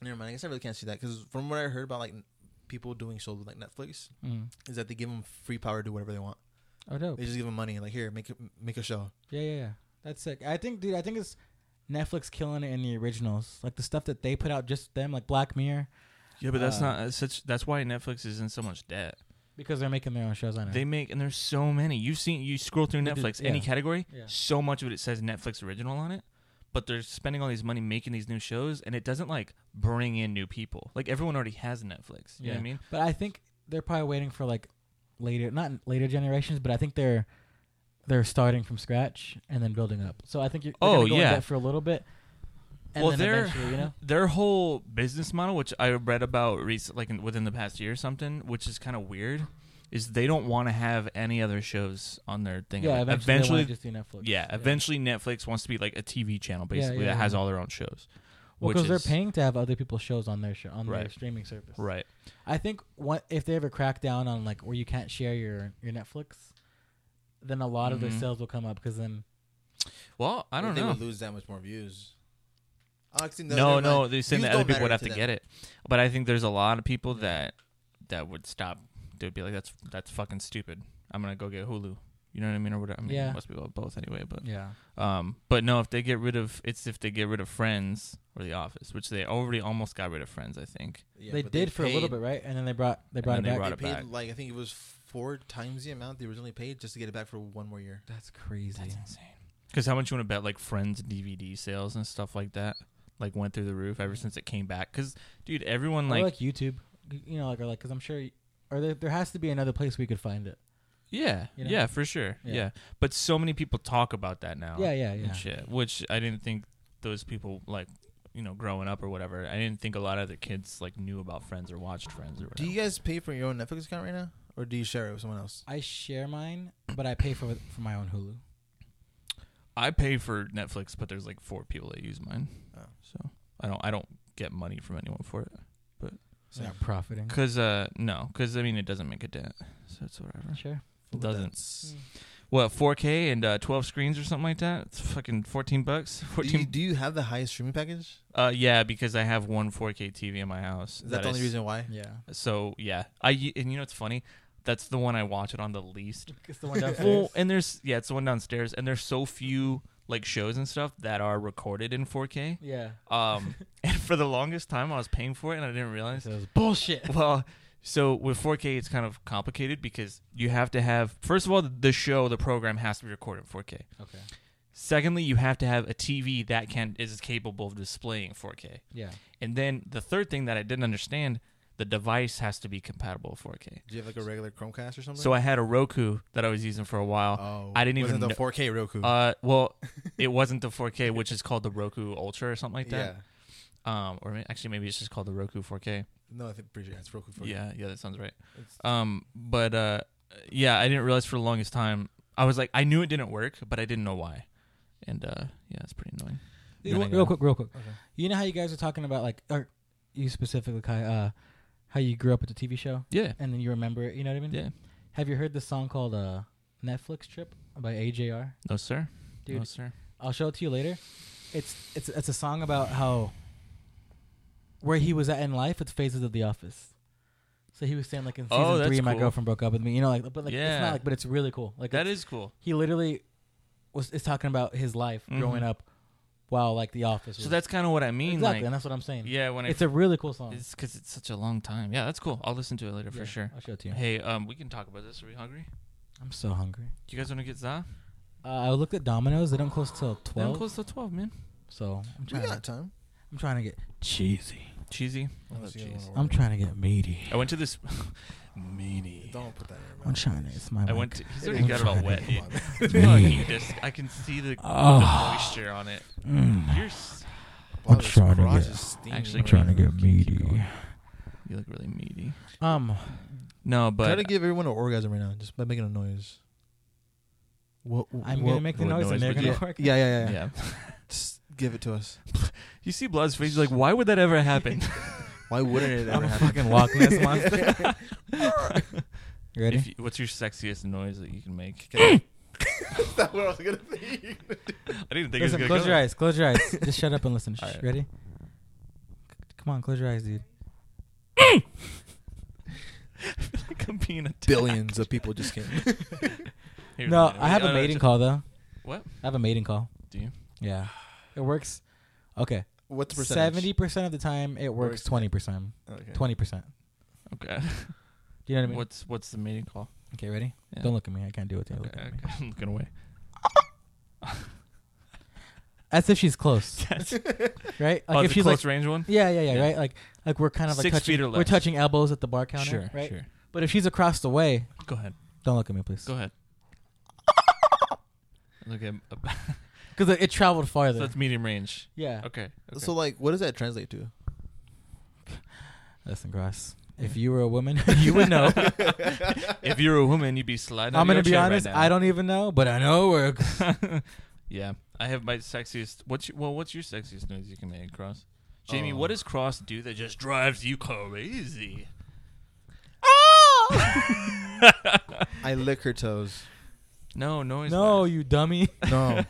Speaker 1: Never mind. I guess I really can't see that because from what I heard about like n- people doing shows with like Netflix
Speaker 3: Mm.
Speaker 1: is that they give them free power to do whatever they want.
Speaker 3: Oh, dope.
Speaker 1: They just give them money. Like here, make a, make a show.
Speaker 3: Yeah, yeah, yeah. That's sick. I think, dude. I think it's Netflix killing it in the originals, like the stuff that they put out just them, like Black Mirror,
Speaker 2: yeah, but that's
Speaker 3: Uh,
Speaker 2: not that's such. That's why Netflix is in so much debt.
Speaker 3: because they're making their own shows on it.
Speaker 2: They make and there's so many. You've seen you scroll through
Speaker 3: They did-
Speaker 2: Netflix any
Speaker 3: yeah.
Speaker 2: category,
Speaker 3: Yeah.
Speaker 2: so much of it says Netflix original on it, but they're spending all these money making these new shows and it doesn't like bring in new people. Like everyone already has Netflix. You know what I mean?
Speaker 3: But I think they're probably waiting for like later, not later generations, but I think they're they're starting from scratch and then building up. So I think you're they're
Speaker 2: Oh,
Speaker 3: gonna go in
Speaker 2: yeah.
Speaker 3: debt for a little bit. And
Speaker 2: Well,
Speaker 3: then
Speaker 2: they're-
Speaker 3: eventually, you know,
Speaker 2: Their whole business model, which I read about recent, like in, within the past year or something, which is kind of weird, is they don't want to have any other shows on their thing.
Speaker 3: yeah,
Speaker 2: Ev-
Speaker 3: eventually, they wanna just do Netflix.
Speaker 2: yeah, eventually Netflix wants to be like a TV channel basically
Speaker 3: yeah,
Speaker 2: that has
Speaker 3: yeah.
Speaker 2: all their own shows.
Speaker 3: Well,
Speaker 2: which
Speaker 3: because they're
Speaker 2: is-
Speaker 3: paying to have other people's shows on their show on their
Speaker 2: Right.
Speaker 3: streaming service.
Speaker 2: Right.
Speaker 3: I think what if they ever crack down on like where you can't share your your Netflix, then a lot of their
Speaker 2: Mhm.
Speaker 3: sales will come up because then
Speaker 2: Well, I don't
Speaker 1: they
Speaker 2: know.
Speaker 1: Would lose that much more views. Oh, actually,
Speaker 2: No,
Speaker 1: never
Speaker 2: no,
Speaker 1: mind.
Speaker 2: they saying
Speaker 1: Views
Speaker 2: that other
Speaker 1: don't
Speaker 2: people would
Speaker 1: matter
Speaker 2: have
Speaker 1: to
Speaker 2: to
Speaker 1: them.
Speaker 2: get it, but I think there's a lot of people that that would stop. They'd be like, "That's that's fucking stupid. I'm gonna go get Hulu." You know what I mean, or whatever. I mean,
Speaker 3: Yeah.
Speaker 2: it must be about both anyway. But
Speaker 3: yeah,
Speaker 2: um, but no, if they get rid of it's if they get rid of Friends or The Office, which they already almost got rid of Friends, I think.
Speaker 1: Yeah,
Speaker 3: they
Speaker 1: but
Speaker 3: did for a little
Speaker 1: paid-
Speaker 3: bit, right? And then they brought they brought
Speaker 2: then
Speaker 3: it
Speaker 2: they
Speaker 3: back.
Speaker 2: brought
Speaker 1: They
Speaker 2: it
Speaker 1: paid
Speaker 2: back.
Speaker 1: like I think it was four times the amount they originally paid just to get it back for one more year.
Speaker 3: That's crazy.
Speaker 2: That's insane. Because how much you want to bet like Friends DVD sales and stuff like that, like went through the roof ever since it came back. Because dude, everyone
Speaker 3: like,
Speaker 2: like,
Speaker 3: or like YouTube, you know, like or like because I'm sure, y- or there, there has to be another place we could find it.
Speaker 2: yeah,
Speaker 3: you know?
Speaker 2: yeah, for sure,
Speaker 3: Yeah.
Speaker 2: yeah. But so many people talk about that now.
Speaker 3: yeah, yeah, yeah.
Speaker 2: Oh, and shit, which I didn't think those people like, you know, growing up or whatever. I didn't think a lot of other kids like knew about Friends or watched Friends or
Speaker 1: Do
Speaker 2: whatever.
Speaker 1: you guys pay for your own Netflix account right now, or do you share it with someone else?
Speaker 3: I share mine, but I pay for for my own Hulu.
Speaker 2: I pay for Netflix, but there's like four people that use mine,
Speaker 1: Oh.
Speaker 2: so I don't I don't get money from anyone for it.
Speaker 3: So not profiting.
Speaker 2: Cause uh no, cause I mean it doesn't make a dent, so it's whatever.
Speaker 3: Sure.
Speaker 2: It doesn't. What 4K and uh, 12 screens or something like that? It's fucking 14 bucks.
Speaker 1: Do you,
Speaker 2: 14.
Speaker 1: do you have the highest streaming package?
Speaker 2: uh yeah, because I have one 4K TV in my house.
Speaker 1: Is that, the
Speaker 2: I
Speaker 1: only
Speaker 2: s-
Speaker 1: reason why?
Speaker 3: Yeah.
Speaker 2: So yeah, I u- and you know what's funny? That's the one I watch it on the least.
Speaker 3: It's the one downstairs.
Speaker 2: well, and there's yeah, it's the one downstairs, and there's so few like shows and stuff that are recorded in 4K.
Speaker 3: yeah.
Speaker 2: Um, and for the longest time, I was paying for it, and I didn't realize.
Speaker 3: This is bullshit.
Speaker 2: Well, so with 4K, it's kind of complicated because you have to have first of all the show, the program has to be recorded in 4K.
Speaker 3: Okay.
Speaker 2: Secondly, you have to have a TV that can is capable of displaying 4K.
Speaker 3: Yeah.
Speaker 2: And then the third thing that I didn't understand, the device has to be compatible with 4K.
Speaker 1: Do you have like a regular Chromecast or something?
Speaker 2: So I had a Roku that I was using for a while.
Speaker 1: oh,
Speaker 2: I didn't
Speaker 1: wasn't
Speaker 2: even
Speaker 1: the
Speaker 2: kno-
Speaker 1: 4K Roku.
Speaker 2: Uh, well, it wasn't the 4K, which is called the Roku Ultra or something like
Speaker 1: yeah.
Speaker 2: that. Um, or ma- actually maybe it's just called the Roku 4K.
Speaker 1: No, I think pretty sure it's Roku 4K.
Speaker 2: Yeah, yeah, that sounds right.
Speaker 1: It's-
Speaker 2: Um, but uh, yeah, I didn't realize for the longest time. I was like, I knew it didn't work, but I didn't know why. And uh, yeah, it's pretty annoying.
Speaker 3: Real,
Speaker 2: Moving
Speaker 3: real
Speaker 2: on.
Speaker 3: quick, real quick.
Speaker 1: Okay.
Speaker 3: You know how you guys were talking about like, or you specifically, Kai, uh, how you grew up with the TV show
Speaker 2: Yeah,
Speaker 3: and then you remember it. You know what I mean?
Speaker 2: yeah.
Speaker 3: Have you heard the song called uh, "Netflix Trip" by AJR?
Speaker 2: No sir,
Speaker 3: Dude,
Speaker 2: no sir.
Speaker 3: I'll show it to you later. It's it's it's a song about how where he was at in life with phases of The Office. So he was saying like in season
Speaker 2: Oh,
Speaker 3: three,
Speaker 2: that's
Speaker 3: my
Speaker 2: cool.
Speaker 3: girlfriend broke up with me. You know, like but like it's
Speaker 2: Yeah.
Speaker 3: not like, but it's really cool. Like
Speaker 2: That
Speaker 3: it's-
Speaker 2: is cool.
Speaker 3: he literally was is talking about his life growing
Speaker 2: Mhm.
Speaker 3: up while like The Office.
Speaker 2: So
Speaker 3: was-
Speaker 2: that's kind of what I mean.
Speaker 3: exactly, and
Speaker 2: Like,
Speaker 3: that's what I'm saying.
Speaker 2: yeah, when I
Speaker 3: It's a really cool song.
Speaker 2: It's because it's such a long time. Yeah, that's cool. I'll listen to it later
Speaker 3: Yeah,
Speaker 2: for sure.
Speaker 3: I'll show it to you.
Speaker 2: Hey, um, we can talk about this. Are we hungry?
Speaker 3: I'm so hungry.
Speaker 2: Do you guys want to get za?
Speaker 3: Uh, I looked at Domino's. They don't close till
Speaker 2: They don't
Speaker 3: twelve.
Speaker 2: close till twelve, man.
Speaker 3: so I'm
Speaker 1: We
Speaker 3: trying.
Speaker 1: got
Speaker 3: To,
Speaker 1: time.
Speaker 3: I'm trying to get cheesy.
Speaker 2: Cheesy.
Speaker 1: Unless you
Speaker 2: Oh, jeez.
Speaker 1: wanna order.
Speaker 3: I'm trying to get meaty.
Speaker 2: I went to this. Meaty.
Speaker 1: Don't put that in your
Speaker 3: I'm
Speaker 1: mouth.
Speaker 3: trying to. It's my.
Speaker 2: I
Speaker 3: mic.
Speaker 2: went to. He's
Speaker 1: It
Speaker 2: already
Speaker 1: is
Speaker 2: got it all
Speaker 1: Friday.
Speaker 2: wet.
Speaker 1: Come on,
Speaker 2: Dude. It's
Speaker 1: man.
Speaker 2: fucking dis- I can see the, the
Speaker 3: Oh.
Speaker 2: moisture on it.
Speaker 3: Mm.
Speaker 2: You're. S-
Speaker 1: Wow, this
Speaker 3: trying to
Speaker 1: garage
Speaker 3: get-
Speaker 1: is steaming
Speaker 2: Actually,
Speaker 1: right
Speaker 2: trying
Speaker 1: now.
Speaker 2: to get meaty. you look really meaty.
Speaker 3: Um,
Speaker 2: No,
Speaker 1: Try
Speaker 2: but
Speaker 1: to give everyone an orgasm right now, just by making a noise. What,
Speaker 3: I'm
Speaker 1: what-
Speaker 3: gonna make the
Speaker 2: what
Speaker 3: noise,
Speaker 2: noise
Speaker 3: and they're
Speaker 2: would
Speaker 3: gonna
Speaker 2: you-
Speaker 3: work.
Speaker 1: Yeah, yeah, yeah. yeah.
Speaker 2: yeah.
Speaker 1: Just give it to us.
Speaker 2: You see Blood's face. He's like, why would that ever happen?
Speaker 1: Why wouldn't it ever
Speaker 3: I'm a
Speaker 1: happen?
Speaker 3: fucking Loch Ness monster. you ready?
Speaker 2: If you- what's your sexiest noise that you can make?
Speaker 1: That's what I was gonna think.
Speaker 2: I didn't think it was
Speaker 3: Listen,
Speaker 2: gonna
Speaker 3: close
Speaker 2: go
Speaker 3: your
Speaker 2: there.
Speaker 3: eyes. Close your eyes. Just shut up and listen. Shh,
Speaker 2: All right.
Speaker 3: Ready? C- Come on, close your eyes, dude.
Speaker 2: Like I'm being a
Speaker 1: Billions of people just came.
Speaker 2: Here,
Speaker 3: no,
Speaker 2: wait,
Speaker 3: I have
Speaker 2: wait,
Speaker 3: a
Speaker 2: no,
Speaker 3: mating
Speaker 2: ju-
Speaker 3: call though.
Speaker 2: What?
Speaker 3: I have a mating call.
Speaker 2: Do you?
Speaker 3: Yeah, it works. Okay,
Speaker 1: What's the percentage?
Speaker 3: seventy percent of the time it works.
Speaker 1: Works.
Speaker 3: Twenty percent.
Speaker 1: Okay.
Speaker 3: Twenty percent.
Speaker 2: Okay.
Speaker 3: Do you know what I mean?
Speaker 2: What's what's the mating call?
Speaker 3: Okay, ready?
Speaker 2: Yeah.
Speaker 3: Don't look at me. I can't do it. to you.
Speaker 2: Okay,
Speaker 3: Look at me.
Speaker 2: okay. I'm looking away.
Speaker 3: As if she's close,
Speaker 2: That's,
Speaker 3: right? Like
Speaker 2: oh,
Speaker 3: if
Speaker 2: the
Speaker 3: she's like
Speaker 2: close range one.
Speaker 3: Yeah, yeah, yeah,
Speaker 2: Yeah.
Speaker 3: Right, like like we're kind of like
Speaker 2: Six
Speaker 3: touching,
Speaker 2: feet or
Speaker 3: we're
Speaker 2: less.
Speaker 3: touching elbows at the bar counter.
Speaker 2: Sure,
Speaker 3: right?
Speaker 2: sure.
Speaker 3: But if she's across the way,
Speaker 2: Go ahead.
Speaker 3: don't look at me, please,
Speaker 2: Go ahead. Look at
Speaker 3: because it, it traveled
Speaker 2: so
Speaker 3: farther.
Speaker 2: that's medium range.
Speaker 3: yeah,
Speaker 2: Okay. okay.
Speaker 1: So like, what does that translate to?
Speaker 3: listen, Grass. If you were a woman, you would know.
Speaker 2: if you're a woman, you'd be sliding.
Speaker 3: I'm
Speaker 2: out
Speaker 3: gonna
Speaker 2: of
Speaker 3: be
Speaker 2: your chair
Speaker 3: honest.
Speaker 2: Right
Speaker 3: I don't even know, but I know it works.
Speaker 2: don't. yeah, I have my sexiest. What's your, well? What's your sexiest noise you can make, Cross? Jamie,
Speaker 1: Oh.
Speaker 2: what does Cross do that just drives you crazy?
Speaker 1: I lick her toes.
Speaker 2: No noise.
Speaker 3: no,
Speaker 2: wise.
Speaker 3: you dummy.
Speaker 1: No,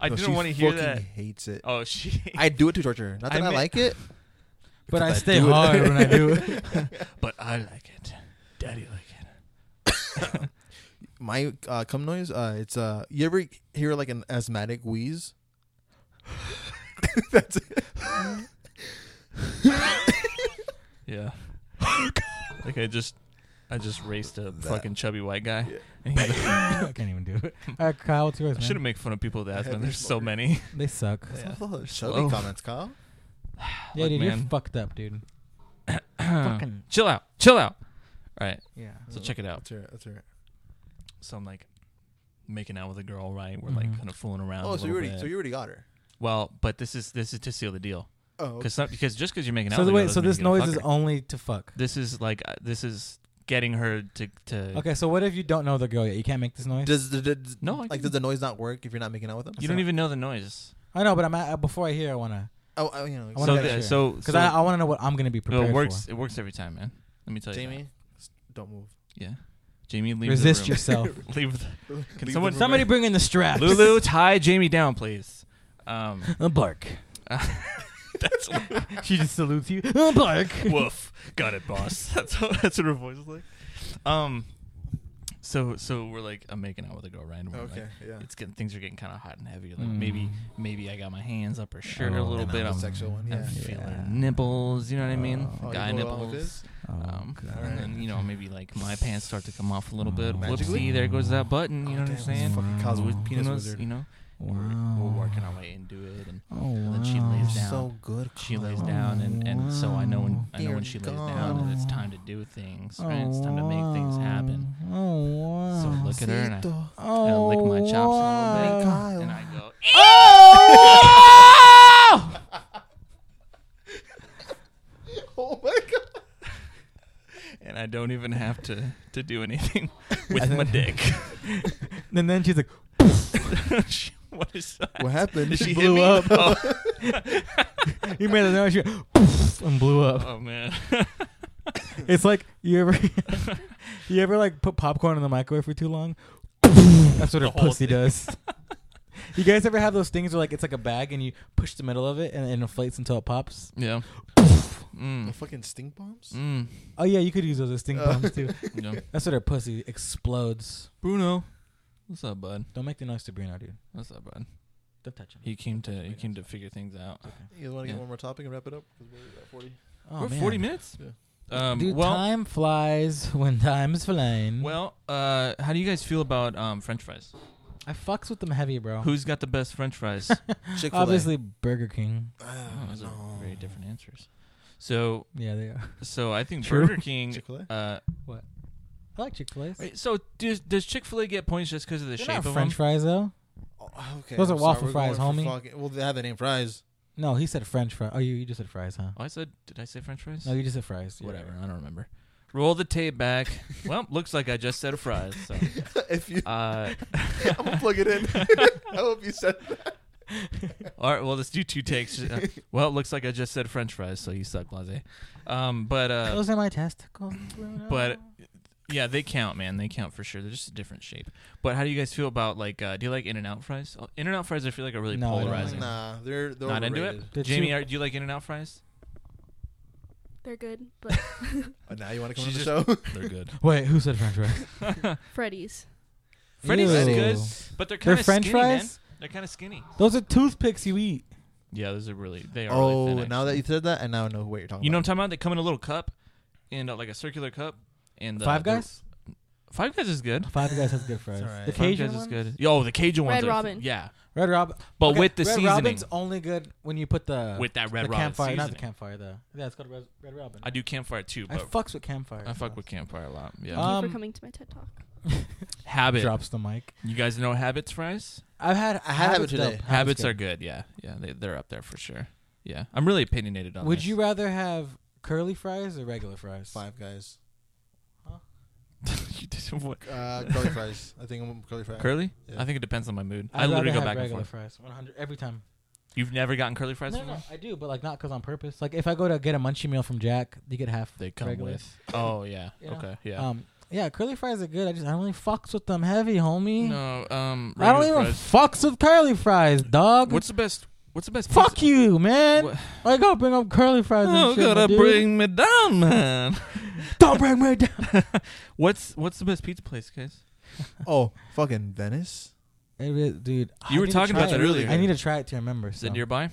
Speaker 2: I
Speaker 1: no,
Speaker 2: didn't
Speaker 1: she
Speaker 2: want to hear
Speaker 1: fucking
Speaker 2: that.
Speaker 1: Hates it.
Speaker 2: Oh, she.
Speaker 1: I do it to torture. her. Not
Speaker 2: I
Speaker 1: that I,
Speaker 2: mi-
Speaker 1: like it,
Speaker 3: But I
Speaker 1: because
Speaker 3: stay
Speaker 1: do it.
Speaker 3: hard when I do it.
Speaker 2: but I like it. Daddy like it.
Speaker 1: My uh, cum noise. Uh, it's uh, you ever hear like an asthmatic wheeze? That's it.
Speaker 2: Yeah. like I just, I just raced a fucking chubby white guy. And he's like,
Speaker 3: I can't even do it. All right, Kyle, what's yours,
Speaker 2: I shouldn't
Speaker 3: man?
Speaker 2: make fun of people with asthma.
Speaker 1: Heavy
Speaker 2: There's so
Speaker 1: smoker.
Speaker 2: many.
Speaker 3: They suck.
Speaker 1: That's all
Speaker 2: Yeah.
Speaker 1: the
Speaker 2: Slow.
Speaker 1: chubby comments, Kyle.
Speaker 3: Yeah,
Speaker 2: Look,
Speaker 3: dude, you're
Speaker 2: man.
Speaker 3: fucked up, dude. Fucking
Speaker 2: chill out. Chill out. All right.
Speaker 3: yeah.
Speaker 2: So check it out.
Speaker 1: That's right. That's right.
Speaker 2: So I'm like making out with a girl, right? We're like
Speaker 3: Mhm.
Speaker 2: kind of fooling around. a
Speaker 1: Oh, so you
Speaker 2: little
Speaker 1: already,
Speaker 2: bit.
Speaker 1: so you already got her.
Speaker 2: well, but this is this is to seal the deal.
Speaker 1: Oh, okay.
Speaker 2: Because because just because you're making out.
Speaker 3: So the
Speaker 2: with a girl
Speaker 3: wait, so
Speaker 2: doesn't mean you're gonna
Speaker 3: this noise
Speaker 2: fuck
Speaker 3: is
Speaker 2: her.
Speaker 3: only to fuck.
Speaker 2: This is like uh, this is getting her to to.
Speaker 3: Okay, so what if you don't know the girl yet? You can't make this noise.
Speaker 1: does the, does-
Speaker 2: No, I
Speaker 1: like
Speaker 2: can-
Speaker 1: does the noise not work if you're not making out with them?
Speaker 2: You don't even know the noise.
Speaker 3: I know, but I'm at, before I hear, I wanna
Speaker 1: Oh, oh, you know.
Speaker 3: I wanna
Speaker 2: so
Speaker 3: make
Speaker 2: the-
Speaker 3: sure.
Speaker 2: so
Speaker 3: Because
Speaker 2: so
Speaker 3: I, I want to know what I'm gonna be prepared
Speaker 2: it works.
Speaker 3: for.
Speaker 2: It works every time, man. Let me tell you. that.
Speaker 1: Jamie, s- don't move.
Speaker 2: Yeah. Jamie, leave
Speaker 3: Resist
Speaker 2: the room.
Speaker 3: yourself.
Speaker 2: leave. The,
Speaker 1: Leave
Speaker 2: someone-
Speaker 1: the room.
Speaker 3: Somebody bring in the straps.
Speaker 2: Lulu, tie Jamie down, please. Um,
Speaker 3: Uh, bark.
Speaker 2: that's
Speaker 3: She just salutes you. Uh, bark.
Speaker 2: woof. Got it, boss. That's how, that's what her voice is like. Um, so so we're like I'm making out with a girl, right? And we're
Speaker 1: Okay,
Speaker 2: Like,
Speaker 1: yeah.
Speaker 2: It's getting things are getting kind of hot and heavy. Like maybe maybe I got my hands up her shirt a
Speaker 3: Hmm. Mm. Oh.
Speaker 2: little
Speaker 1: And
Speaker 2: bit.
Speaker 1: I'm
Speaker 2: I'm,
Speaker 1: the sexual one.
Speaker 2: I'm
Speaker 1: Yeah.
Speaker 2: feeling
Speaker 3: Yeah.
Speaker 2: nipples. You know what I mean?
Speaker 3: Oh. Oh, you
Speaker 2: Guy
Speaker 1: go along with
Speaker 2: nipples.
Speaker 1: this?
Speaker 2: Um,
Speaker 1: God.
Speaker 2: and then you know maybe like my pants start to come off a little bit.
Speaker 1: Magically?
Speaker 2: Whoopsie, there goes that button. You know what I'm
Speaker 1: Oh, Damn,
Speaker 2: saying? Mm.
Speaker 1: Fucking
Speaker 3: Wow.
Speaker 1: Cosmo,
Speaker 2: Who
Speaker 1: penis
Speaker 2: knows,
Speaker 1: wizard.
Speaker 2: You know,
Speaker 3: Wow.
Speaker 2: we're, we're working our way into it, and
Speaker 3: Oh, wow.
Speaker 2: then she lays down.
Speaker 1: good.
Speaker 2: she
Speaker 1: Kyle.
Speaker 2: lays down, and, and so I know when I know when
Speaker 1: Dear
Speaker 2: she lays down, that it's
Speaker 3: God.
Speaker 2: time to do things. Right? It's time to make things happen.
Speaker 3: Oh, wow.
Speaker 2: So look at her, and I, and
Speaker 1: Cito.
Speaker 2: I lick my chops a
Speaker 1: Hey,
Speaker 2: little bit,
Speaker 1: Kyle.
Speaker 2: and I go.
Speaker 3: Oh!
Speaker 1: Oh my god.
Speaker 2: "Eh!" And I don't even have to, to do anything with
Speaker 3: And
Speaker 2: my
Speaker 3: then-
Speaker 2: dick.
Speaker 3: and then she's like,
Speaker 2: She- what is that?
Speaker 1: What happened?
Speaker 2: Did
Speaker 1: She
Speaker 2: she
Speaker 1: blew
Speaker 2: hit me?
Speaker 1: up.
Speaker 2: Oh.
Speaker 3: you made that noise, she went, "Poof," and blew up.
Speaker 2: oh man.
Speaker 3: It's like you ever, you ever like put popcorn in the microwave for too long. That's what
Speaker 2: The
Speaker 3: her
Speaker 2: whole
Speaker 3: pussy
Speaker 2: thing.
Speaker 3: does. You guys ever have those things where like it's like a bag and you push the middle of it and it inflates until it pops?
Speaker 2: Yeah. Mm.
Speaker 1: The fucking stink bombs.
Speaker 2: Mm.
Speaker 3: Oh yeah, you could use those as stink
Speaker 1: Uh.
Speaker 3: bombs too.
Speaker 2: Yeah.
Speaker 3: That's what her pussy explodes.
Speaker 2: Bruno, what's up, bud?
Speaker 3: Don't make the noise to Bruno, dude.
Speaker 2: What's up, bud?
Speaker 3: Don't touch him.
Speaker 2: He came to he came to figure things out.
Speaker 1: You guys want to
Speaker 2: Yeah.
Speaker 1: get one more topic and wrap it up? 'Cause we're at 40.
Speaker 3: Oh,
Speaker 2: We're
Speaker 3: man.
Speaker 2: forty minutes.
Speaker 1: Yeah.
Speaker 2: Um,
Speaker 3: Dude,
Speaker 2: well,
Speaker 3: time flies when time's flying.
Speaker 2: well, uh, how do you guys feel about um, French fries?
Speaker 3: I fucks with them heavy, bro.
Speaker 2: Who's got the best French fries?
Speaker 1: Chick-fil-A.
Speaker 3: Obviously, Burger King.
Speaker 2: Oh,
Speaker 1: Ah,
Speaker 2: those
Speaker 1: no.
Speaker 2: are very different answers. So,
Speaker 3: Yeah, they are.
Speaker 2: so I think
Speaker 3: True.
Speaker 2: Burger King.
Speaker 1: Chick-fil-A.
Speaker 2: Uh,
Speaker 3: I like Chick Fil A.
Speaker 2: wait, so does, does Chick Fil A get points just because of the
Speaker 3: They're
Speaker 2: shape
Speaker 3: not
Speaker 2: of
Speaker 3: French
Speaker 2: them?
Speaker 3: fries though.
Speaker 1: Oh, okay.
Speaker 3: Those are
Speaker 1: I'm
Speaker 3: waffle
Speaker 1: sorry, we're
Speaker 3: fries,
Speaker 1: going for
Speaker 3: homie.
Speaker 1: fucking- well, they have the name fries.
Speaker 3: No, he said French fries. Oh, you, you just said fries, huh?
Speaker 2: Oh, I said, did I say French fries?
Speaker 3: No, you just said fries. Yeah.
Speaker 2: Whatever, I don't remember. Roll the tape back. well, looks like I just said a fries. So,
Speaker 1: if you,
Speaker 2: uh,
Speaker 1: I'm gonna plug it in. I hope you said that.
Speaker 2: all right. Well, let's do two takes. Uh, well, looks like I just said French fries. So you suck, Blase. Um, but uh,
Speaker 3: Those are my testicles. Bruno.
Speaker 2: but yeah, they count, man. They count for sure. They're just a different shape. But how do you guys feel about like? Uh, do you like In and Out fries? Oh, In and Out fries, I feel like are really
Speaker 3: No, I don't.
Speaker 2: polarizing.
Speaker 1: Nah, they're, they're
Speaker 2: Not into it?
Speaker 1: overrated.
Speaker 3: They're
Speaker 2: Jamie,
Speaker 3: too-
Speaker 2: are, do you like In and Out fries?
Speaker 4: They're good, but
Speaker 1: Uh, now you want to come
Speaker 2: She's
Speaker 1: on the show?
Speaker 2: They're good.
Speaker 3: wait, who said French fries?
Speaker 4: Freddy's.
Speaker 2: Freddy's is
Speaker 1: Ew.
Speaker 2: good, but they're kind
Speaker 3: They're
Speaker 2: of
Speaker 3: French
Speaker 2: skinny, man.
Speaker 3: fries.
Speaker 2: They're kind of skinny.
Speaker 3: Those are toothpicks you eat.
Speaker 2: Yeah, those are really. They are.
Speaker 1: oh,
Speaker 2: really thin,
Speaker 1: now that
Speaker 2: actually.
Speaker 1: you said that, I now know what you're talking
Speaker 2: you know what
Speaker 1: about.
Speaker 2: I'm talking about. They come in a little cup, and uh, like a circular cup, and uh,
Speaker 3: Five
Speaker 2: they're-
Speaker 3: Guys.
Speaker 2: Five Guys is good.
Speaker 3: Five Guys has good fries.
Speaker 1: It's alright.
Speaker 3: The
Speaker 1: Five
Speaker 2: Five
Speaker 3: Cajun
Speaker 2: Guys
Speaker 3: ones?
Speaker 2: is good. Yo, the Cajun
Speaker 4: Red
Speaker 2: ones. are-
Speaker 4: Robin.
Speaker 2: yeah,
Speaker 3: Red Robin.
Speaker 2: but
Speaker 3: Okay,
Speaker 2: with the
Speaker 3: Red
Speaker 2: seasoning,
Speaker 3: Robin's only good when you put the
Speaker 2: with that Red
Speaker 3: the
Speaker 2: Robin
Speaker 3: campfire,
Speaker 2: seasoning.
Speaker 3: not the campfire though. Yeah, it's called Red, Red Robin.
Speaker 2: I do campfire too,
Speaker 3: I
Speaker 2: but
Speaker 3: fucks with campfire.
Speaker 2: I fuck with campfire a lot. Yeah,
Speaker 3: Uh,
Speaker 4: Thank you
Speaker 3: Um,
Speaker 4: for coming to my TED talk.
Speaker 2: habit.
Speaker 3: Drops the mic.
Speaker 2: You guys know habits fries?
Speaker 3: I've had
Speaker 1: I had
Speaker 3: habits
Speaker 1: it today.
Speaker 3: dope.
Speaker 2: Habits
Speaker 3: good.
Speaker 2: are good. Yeah, yeah, they, they're up there for sure. Yeah, I'm really opinionated on.
Speaker 3: Would
Speaker 2: this.
Speaker 3: you rather have curly fries or regular fries?
Speaker 1: Five guys.
Speaker 2: You did what?
Speaker 1: Uh, curly fries. I think I'm curly fries.
Speaker 2: Curly?
Speaker 1: Yeah.
Speaker 2: I think it depends on my mood.
Speaker 3: I'd
Speaker 2: I literally
Speaker 3: rather
Speaker 2: go
Speaker 3: have
Speaker 2: back and
Speaker 3: regular
Speaker 2: forth.
Speaker 3: fries. 100 every time.
Speaker 2: You've never gotten curly
Speaker 3: No,
Speaker 2: fries
Speaker 3: no,
Speaker 2: before?
Speaker 3: no, I do, but like not because on purpose. Like if I go to get a munchie meal from Jack, you get half.
Speaker 2: They come
Speaker 3: regular.
Speaker 2: with. Oh yeah.
Speaker 3: You know?
Speaker 2: Okay. Yeah.
Speaker 3: Um, yeah, curly fries are good. I just I only fucks with them heavy, homie.
Speaker 2: no. Um.
Speaker 3: I don't
Speaker 2: regular
Speaker 3: even
Speaker 2: fries.
Speaker 3: fucks with curly fries, dog.
Speaker 2: What's the best? What's the best?
Speaker 3: Fuck you, man.
Speaker 2: What?
Speaker 3: Like, I'll bring up curly fries. and
Speaker 2: Oh,
Speaker 3: shit, my
Speaker 2: gotta
Speaker 3: dude.
Speaker 2: bring me down, man.
Speaker 3: Don't bring me down.
Speaker 2: What's What's the best pizza place, guys?
Speaker 1: Oh, fucking Venice.
Speaker 3: It really- dude, I
Speaker 2: You were
Speaker 3: need to
Speaker 2: talking
Speaker 3: try
Speaker 2: about that
Speaker 3: it.
Speaker 2: earlier.
Speaker 3: I need to try it to remember.
Speaker 2: Is
Speaker 3: so.
Speaker 2: it nearby?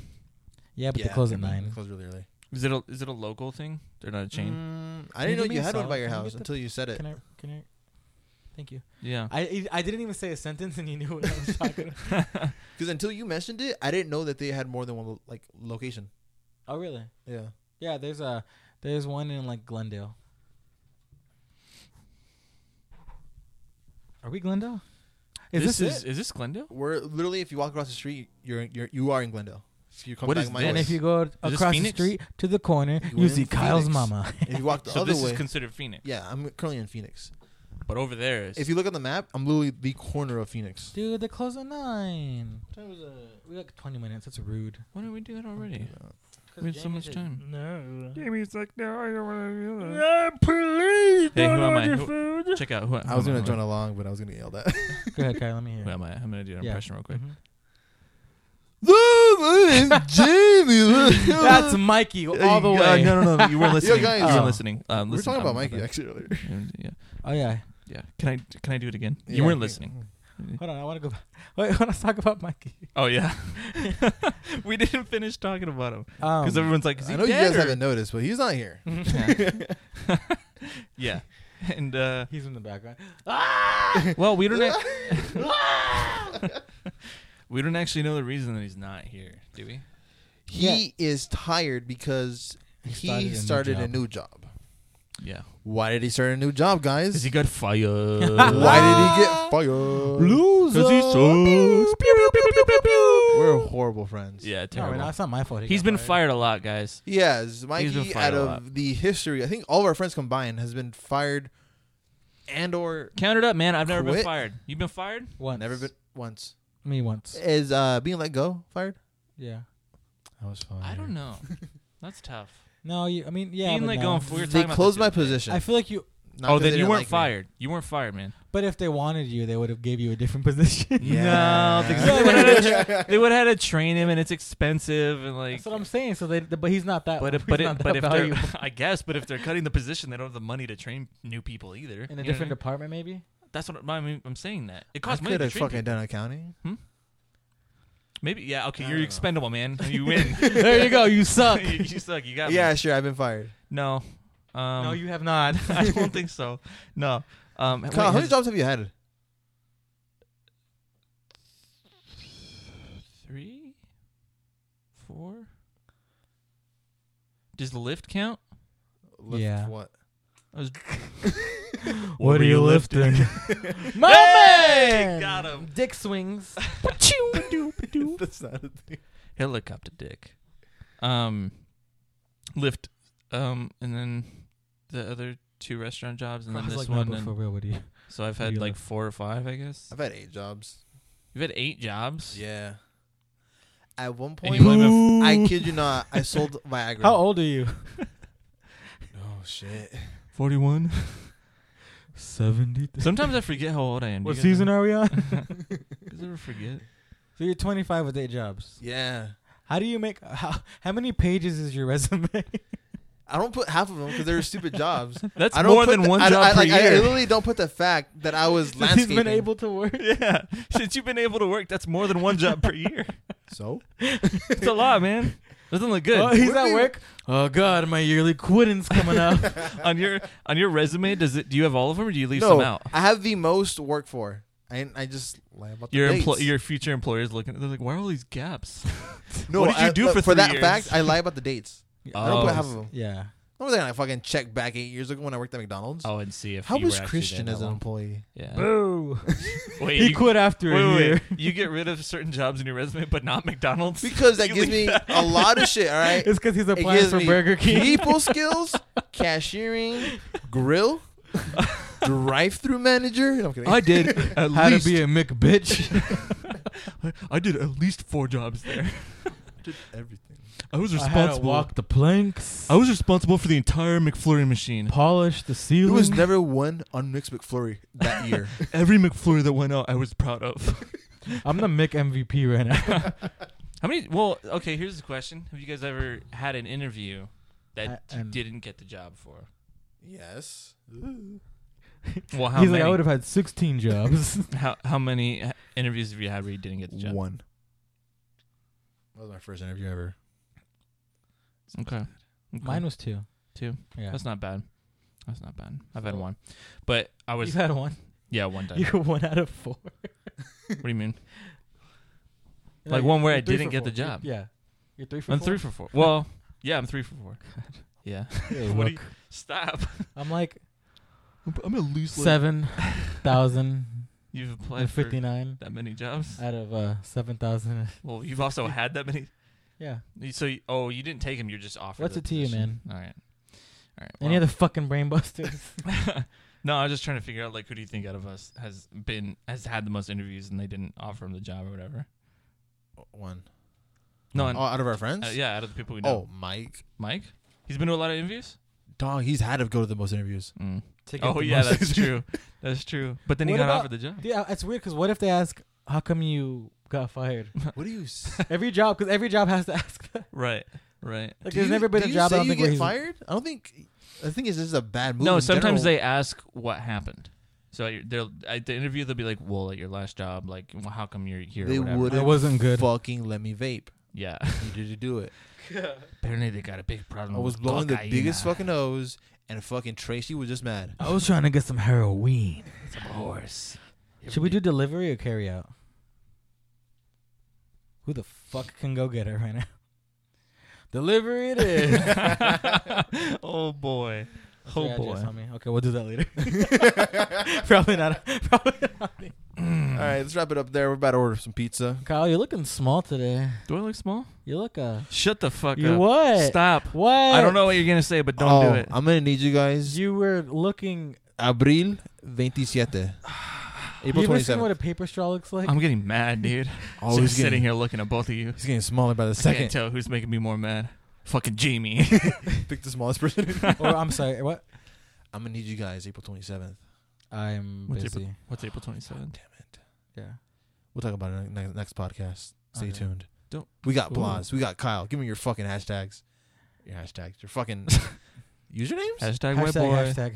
Speaker 3: Yeah, but they close at
Speaker 1: they're- they
Speaker 3: nine.
Speaker 1: Close really early.
Speaker 2: Is it a Is it a local thing? They're not a chain.
Speaker 1: Mm, I
Speaker 3: Can
Speaker 1: didn't
Speaker 3: you give
Speaker 1: know
Speaker 3: me
Speaker 1: you
Speaker 3: a
Speaker 1: had one
Speaker 3: salad?
Speaker 1: by your
Speaker 3: Can
Speaker 1: house
Speaker 3: you get the-
Speaker 1: until you said it.
Speaker 3: Can I? Can I? Thank you.
Speaker 2: Yeah.
Speaker 3: I I didn't even say a sentence, and you knew what I was talking. about.
Speaker 1: Because until you mentioned it, I didn't know that they had more than one lo- like location.
Speaker 3: Oh, really?
Speaker 1: Yeah.
Speaker 3: Yeah. There's a there's one in like Glendale. Are we Glendale? Is this,
Speaker 2: is
Speaker 3: it?
Speaker 2: Is this Glendale?
Speaker 1: We're literally if you walk across the street, you're you're you are in Glendale. If you come
Speaker 2: What
Speaker 1: back
Speaker 2: is
Speaker 1: my
Speaker 2: this?
Speaker 3: And
Speaker 1: way-
Speaker 3: if you go
Speaker 2: this
Speaker 3: across the
Speaker 2: Phoenix?
Speaker 3: street to the corner,
Speaker 1: You
Speaker 3: you
Speaker 1: in
Speaker 3: see Kyle's
Speaker 1: Phoenix?
Speaker 3: mama.
Speaker 1: if you walk the
Speaker 2: so
Speaker 1: other
Speaker 2: this
Speaker 1: way,
Speaker 2: is considered Phoenix.
Speaker 1: yeah, I'm currently in Phoenix.
Speaker 2: But but over there is.
Speaker 1: If you look on the map, I'm literally the corner of Phoenix.
Speaker 3: Dude, they close at nine. Time was, uh, we got twenty minutes. That's rude.
Speaker 2: Why don't we do it already?
Speaker 3: Because
Speaker 2: We had so
Speaker 3: Jamie
Speaker 2: much
Speaker 3: said
Speaker 2: time.
Speaker 3: No.
Speaker 2: Jamie's like, no, I don't want to
Speaker 3: please
Speaker 2: Hey, don't who am order I? Who- Check out who
Speaker 1: I was
Speaker 2: hold
Speaker 1: gonna
Speaker 2: on,
Speaker 1: join
Speaker 2: hold
Speaker 1: along, but I was gonna get yelled at.
Speaker 3: Go ahead, Kyle. Let me hear.
Speaker 2: on. Who am I? I'm gonna do an
Speaker 3: Yeah.
Speaker 2: impression real quick.
Speaker 3: Mhm. That's Mm-hmm.
Speaker 1: That's
Speaker 3: Mikey all the way.
Speaker 2: no, no, no. You weren't
Speaker 1: Yo,
Speaker 2: listening.
Speaker 1: guys.
Speaker 2: You weren't
Speaker 3: Oh.
Speaker 2: listening. Um,
Speaker 1: we were
Speaker 2: listen,
Speaker 1: talking
Speaker 2: um,
Speaker 1: about Mikey actually earlier.
Speaker 2: Yeah,
Speaker 3: Oh yeah.
Speaker 2: yeah. Can I can I do it again?
Speaker 1: Yeah,
Speaker 2: You weren't
Speaker 1: okay.
Speaker 2: listening.
Speaker 3: Hold on. I want to go. back. Wait. I want to talk about Mikey.
Speaker 2: Oh yeah. we didn't finish talking about him
Speaker 3: Um,
Speaker 2: because everyone's like, is he
Speaker 1: I know you
Speaker 2: dead
Speaker 1: guys
Speaker 2: or-
Speaker 1: haven't noticed, but he's not here.
Speaker 2: yeah. And uh,
Speaker 3: he's in the background. Ah!
Speaker 2: well, we don't. ac- we don't actually know the reason that he's not here, do we?
Speaker 1: He is tired because
Speaker 3: He
Speaker 1: he
Speaker 3: started a
Speaker 1: started,
Speaker 3: new
Speaker 1: a, new
Speaker 3: job.
Speaker 1: job.
Speaker 2: Yeah.
Speaker 1: Why did he start a new job, guys?
Speaker 2: Because he got fired.
Speaker 1: Why did he get fired?
Speaker 2: Because he sucks.
Speaker 1: We're horrible friends.
Speaker 2: Yeah,
Speaker 3: No,
Speaker 2: terrible.
Speaker 3: wait, no, it's not my fault. he
Speaker 2: he's
Speaker 3: got
Speaker 2: been fired a lot, guys.
Speaker 1: Yes,
Speaker 2: been
Speaker 1: Mikey, out
Speaker 2: fired a
Speaker 1: of
Speaker 2: lot.
Speaker 1: the history, I think all of our friends combined has been fired and or
Speaker 2: Count it up, man. I've never been
Speaker 1: Quit.
Speaker 2: fired. You've been fired?
Speaker 3: Once.
Speaker 1: never been once.
Speaker 3: Me once.
Speaker 1: Is uh being let go fired?
Speaker 3: Yeah.
Speaker 1: I was fired.
Speaker 2: I don't know. That's tough.
Speaker 3: No. You. I mean. Yeah.
Speaker 2: Being
Speaker 3: but
Speaker 2: like
Speaker 3: no.
Speaker 2: going for- We were
Speaker 1: they
Speaker 2: talking about
Speaker 1: closed
Speaker 2: this
Speaker 1: my
Speaker 2: the other day.
Speaker 1: position.
Speaker 3: I feel like you.
Speaker 1: not
Speaker 2: Oh,
Speaker 1: 'cause they
Speaker 2: then you
Speaker 1: didn't
Speaker 2: weren't
Speaker 1: like me.
Speaker 2: fired. You weren't fired, man.
Speaker 3: But if they wanted you, they would have gave you a different position.
Speaker 2: No, because they would have had, to- they would have had to train him, and it's expensive, and like.
Speaker 3: That's what I'm saying. So they, but he's not that.
Speaker 2: But
Speaker 3: he's
Speaker 2: if, but
Speaker 3: not
Speaker 2: it, but
Speaker 3: that
Speaker 2: if
Speaker 3: valuable.
Speaker 2: they're, I guess, but if they're cutting the position, they don't have the money to train new people either.
Speaker 3: in a
Speaker 2: You know what I
Speaker 3: different
Speaker 2: mean?
Speaker 3: department, maybe.
Speaker 2: That's what I mean, I'm saying. That it
Speaker 1: I
Speaker 2: costs money
Speaker 1: could
Speaker 2: to
Speaker 1: have
Speaker 2: train
Speaker 1: fucking
Speaker 2: people.
Speaker 1: done accounting.
Speaker 2: Maybe yeah. Okay,
Speaker 1: I
Speaker 2: you're
Speaker 1: don't know.
Speaker 2: expendable, man. You win.
Speaker 3: there you go. You suck.
Speaker 2: you, you suck. You got me.
Speaker 1: Yeah, sure, I've been fired.
Speaker 2: No. Um,
Speaker 3: no, you have not.
Speaker 2: I don't think so. No. Um, wait,
Speaker 1: Kyle, how many
Speaker 2: has-
Speaker 1: jobs have you had?
Speaker 2: Three, four. Does the lift count?
Speaker 1: Lift
Speaker 3: Yeah.
Speaker 1: What?
Speaker 2: I was
Speaker 3: What are you lifting? My
Speaker 2: Hey!
Speaker 3: man!
Speaker 2: Got him.
Speaker 3: Dick swings.
Speaker 1: That's not a thing.
Speaker 2: helicopter dick. Um, lift. Um, and then the other two restaurant jobs, and then this one. and-
Speaker 3: for real, what do you?
Speaker 2: so I've
Speaker 3: what do
Speaker 2: had
Speaker 3: you
Speaker 2: like
Speaker 3: lift?
Speaker 2: four or five, I guess.
Speaker 1: I've had eight jobs.
Speaker 2: You've had eight jobs.
Speaker 1: Yeah. At one
Speaker 2: And
Speaker 1: point,
Speaker 2: you only been f-
Speaker 1: I kid you not, I sold Viagra.
Speaker 3: How old are you?
Speaker 1: Oh shit.
Speaker 2: Forty-one.
Speaker 3: Seventy.
Speaker 2: Sometimes I forget how old I am. Do
Speaker 3: What
Speaker 2: you guys
Speaker 3: season
Speaker 2: ever-
Speaker 3: are we on?
Speaker 2: you guys ever forget?
Speaker 3: so you're 25 with eight jobs.
Speaker 1: Yeah.
Speaker 3: How do you make? How, how many pages is your resume?
Speaker 1: I don't put half of them because they were stupid jobs.
Speaker 2: That's
Speaker 1: I don't
Speaker 2: more
Speaker 1: put
Speaker 2: than
Speaker 1: the-
Speaker 2: one
Speaker 1: I,
Speaker 2: job
Speaker 1: I,
Speaker 2: per
Speaker 1: like, I
Speaker 2: year.
Speaker 1: literally don't put the fact that I was
Speaker 3: Since he's
Speaker 1: landscaping.
Speaker 3: been able to work.
Speaker 2: yeah, since you've been able to work, that's more than one job per year.
Speaker 1: so
Speaker 2: It's a lot, man. Doesn't look good
Speaker 3: Oh, he's
Speaker 1: Would
Speaker 3: at
Speaker 1: be-
Speaker 3: work. Oh God, my yearly quitting's coming up.
Speaker 2: on your on your resume. Does it? Do you have all of them, or do you leave
Speaker 1: no,
Speaker 2: some out?
Speaker 1: I have the most work for. I I just lie about the
Speaker 2: Your
Speaker 1: dates.
Speaker 2: empl- your future employers looking. They're like, why are all these gaps?
Speaker 1: no,
Speaker 2: what did you
Speaker 1: I-
Speaker 2: do
Speaker 1: uh,
Speaker 2: for three
Speaker 1: that
Speaker 2: years?
Speaker 1: fact? I lie about the dates. I don't
Speaker 2: Oh.
Speaker 1: put half of them.
Speaker 3: Yeah.
Speaker 1: No one's gonna fucking check back eight years ago when I worked at McDonald's.
Speaker 2: Oh, and see if
Speaker 1: How
Speaker 2: you were
Speaker 1: was
Speaker 2: actually
Speaker 1: Christian
Speaker 2: there
Speaker 1: as
Speaker 2: that
Speaker 1: an
Speaker 2: long.
Speaker 1: employee?
Speaker 2: Yeah.
Speaker 3: Boo.
Speaker 2: Wait,
Speaker 3: he
Speaker 2: you,
Speaker 3: quit after
Speaker 2: wait,
Speaker 3: a
Speaker 2: wait,
Speaker 3: year.
Speaker 2: wait. You get rid of certain jobs in your resume, but not McDonald's
Speaker 1: Because that
Speaker 2: You
Speaker 1: gives
Speaker 2: leave
Speaker 1: me a lot of shit. All right,
Speaker 3: It's because he's
Speaker 1: It
Speaker 3: applying
Speaker 1: gives
Speaker 3: for
Speaker 1: me
Speaker 3: Burger King.
Speaker 1: people skills, cashiering, grill, drive-through manager. No, I'm kidding.
Speaker 3: did.
Speaker 2: At
Speaker 3: How
Speaker 2: least
Speaker 3: to be a McBitch.
Speaker 2: I did at least four jobs there.
Speaker 1: did everything.
Speaker 2: I was
Speaker 3: I had to walk the planks.
Speaker 2: was responsible for the entire McFlurry machine.
Speaker 3: polish the
Speaker 1: There
Speaker 3: ceiling.
Speaker 1: was never one unmixed McFlurry that year.
Speaker 2: Every McFlurry that went out, I was proud of.
Speaker 3: I'm the Mick MVP right now.
Speaker 2: How many? Well, okay. Here's the question: Have you guys ever had an interview that
Speaker 3: I-
Speaker 2: you
Speaker 3: I'm-
Speaker 2: didn't get the job for?
Speaker 1: yes.
Speaker 2: Well, how
Speaker 3: he's
Speaker 2: many?
Speaker 3: like, I would have had 16 jobs.
Speaker 2: how, how many uh, interviews have you had where you didn't get the job?
Speaker 1: One. That was my first interview ever.
Speaker 2: Okay. okay.
Speaker 3: Mine was two.
Speaker 2: Two?
Speaker 3: Yeah.
Speaker 2: That's not bad. That's not bad. I've had one, but I was
Speaker 3: you had one.
Speaker 2: yeah one time.
Speaker 3: You're one out of four.
Speaker 2: what do you mean?
Speaker 3: No,
Speaker 2: Like
Speaker 3: you're-
Speaker 2: one where
Speaker 3: you're
Speaker 2: I
Speaker 3: three
Speaker 2: didn't
Speaker 3: for
Speaker 2: get the
Speaker 3: four. You're-
Speaker 2: job.
Speaker 3: yeah. You're three for
Speaker 2: I'm
Speaker 3: four.
Speaker 2: three for four. Well, yeah, I'm three for four. Yeah.
Speaker 3: Hey,
Speaker 2: What do
Speaker 3: look,
Speaker 2: Stop.
Speaker 3: I'm like
Speaker 2: I'm gonna lose
Speaker 3: seven thousand
Speaker 2: You've applied
Speaker 3: and
Speaker 2: for
Speaker 3: fifty nine
Speaker 2: that many jobs.
Speaker 3: out of uh seven thousand.
Speaker 2: Well, you've also had that many.
Speaker 3: Yeah.
Speaker 2: you- So, you, oh, you didn't take him. You're just offered.
Speaker 3: What's
Speaker 2: the
Speaker 3: it to you,
Speaker 2: position. All right. All right.
Speaker 3: Any
Speaker 2: well.
Speaker 3: other fucking brain busters?
Speaker 2: No, I was just trying to figure out like who do you think out of us has been has had the most interviews and they didn't offer him the job or whatever.
Speaker 1: One.
Speaker 2: No,
Speaker 1: Oh,
Speaker 2: and,
Speaker 1: out of our friends?
Speaker 2: uh, yeah, out of the people we know,
Speaker 1: Oh, Mike.
Speaker 2: Mike. He's been to a lot of interviews.
Speaker 1: Dog, he's had to go to the most interviews.
Speaker 2: Mm.
Speaker 3: To get
Speaker 2: Oh
Speaker 3: the
Speaker 2: yeah,
Speaker 3: most-
Speaker 2: that's true. That's true. But then he
Speaker 3: What
Speaker 2: got
Speaker 3: about-
Speaker 2: offered the job.
Speaker 3: yeah, it's weird because what if they ask, "How come you got fired?"
Speaker 1: What do you s-
Speaker 3: Every job, because every job has to ask that.
Speaker 2: Right. Right.
Speaker 3: Like,
Speaker 1: do
Speaker 3: there's
Speaker 1: you-
Speaker 3: never been
Speaker 1: do
Speaker 3: a
Speaker 1: you
Speaker 3: job. I
Speaker 1: say
Speaker 3: don't
Speaker 1: you
Speaker 3: think where
Speaker 1: get
Speaker 3: he's
Speaker 1: fired? I don't think. I think it's just a bad move.
Speaker 2: no,
Speaker 1: in
Speaker 2: sometimes
Speaker 1: general.
Speaker 2: they ask what happened. So at your- they'll at the interview they'll be like, "Well, at your last job, like, well, how come you're here?" or
Speaker 1: They
Speaker 2: whatever."
Speaker 1: wouldn't
Speaker 3: It wasn't good.
Speaker 1: Fucking let me vape.
Speaker 2: Yeah.
Speaker 1: You did you do it?
Speaker 2: Apparently they got a big problem.
Speaker 1: I was
Speaker 2: with
Speaker 1: blowing the
Speaker 2: cocaine.
Speaker 1: biggest fucking nose, and fucking Tracy was just mad.
Speaker 3: I was trying to get some heroin.
Speaker 2: It's a horse.
Speaker 3: Should we do delivery or carry out? Who the fuck can go get it right now? Delivery it is.
Speaker 2: oh boy.
Speaker 3: That's
Speaker 2: Oh
Speaker 3: your address,
Speaker 2: boy.
Speaker 3: homie. Okay, we'll do that later. probably not. Probably not. me.
Speaker 1: All right, let's wrap it up there. We're about to order some pizza.
Speaker 3: Kyle, you're looking small today.
Speaker 2: Do I look small?
Speaker 3: You look uh.
Speaker 2: Shut the fuck
Speaker 3: You
Speaker 2: up.
Speaker 3: what?
Speaker 2: Stop.
Speaker 3: What?
Speaker 2: I don't know what you're gonna say, but don't
Speaker 1: Oh,
Speaker 2: do it.
Speaker 1: I'm gonna need you guys.
Speaker 3: You were looking.
Speaker 1: Abril 27. April
Speaker 3: you ever seen what
Speaker 1: 27th.
Speaker 3: a paper straw looks like?
Speaker 2: I'm getting mad, dude.
Speaker 1: Oh,
Speaker 2: Just
Speaker 1: he's
Speaker 2: sitting
Speaker 1: getting,
Speaker 2: here looking at both of you.
Speaker 1: he's getting smaller by the
Speaker 2: I can't
Speaker 1: second.
Speaker 2: tell who's making me more mad. Fucking Jamie.
Speaker 1: Pick the smallest person.
Speaker 3: or I'm sorry. What?
Speaker 1: I'm gonna need you guys April 27th.
Speaker 3: I'm
Speaker 2: What's
Speaker 3: busy.
Speaker 2: What's April 27th?
Speaker 1: Damn it.
Speaker 3: Yeah.
Speaker 1: We'll talk about it next, next podcast. Stay
Speaker 3: Okay.
Speaker 1: tuned.
Speaker 2: Don't-
Speaker 1: We got
Speaker 2: Ooh.
Speaker 1: Blas. We got Kyle. Give me your fucking hashtags. Your hashtags. Your fucking usernames.
Speaker 2: Hashtag, white boy.
Speaker 3: Hashtag, hashtag.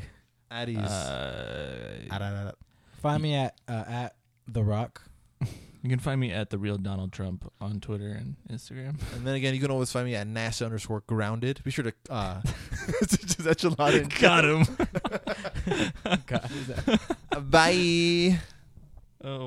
Speaker 1: Addies.
Speaker 2: Uh,
Speaker 1: Adadada.
Speaker 3: Find me at uh, at the Rock.
Speaker 2: you can find me at the real Donald Trump on Twitter and Instagram.
Speaker 1: And then again, you can always find me at NASA underscore grounded. Be sure to uh, that's a lot. of-
Speaker 2: Got him.
Speaker 3: God, is that-
Speaker 1: Bye.
Speaker 2: Oh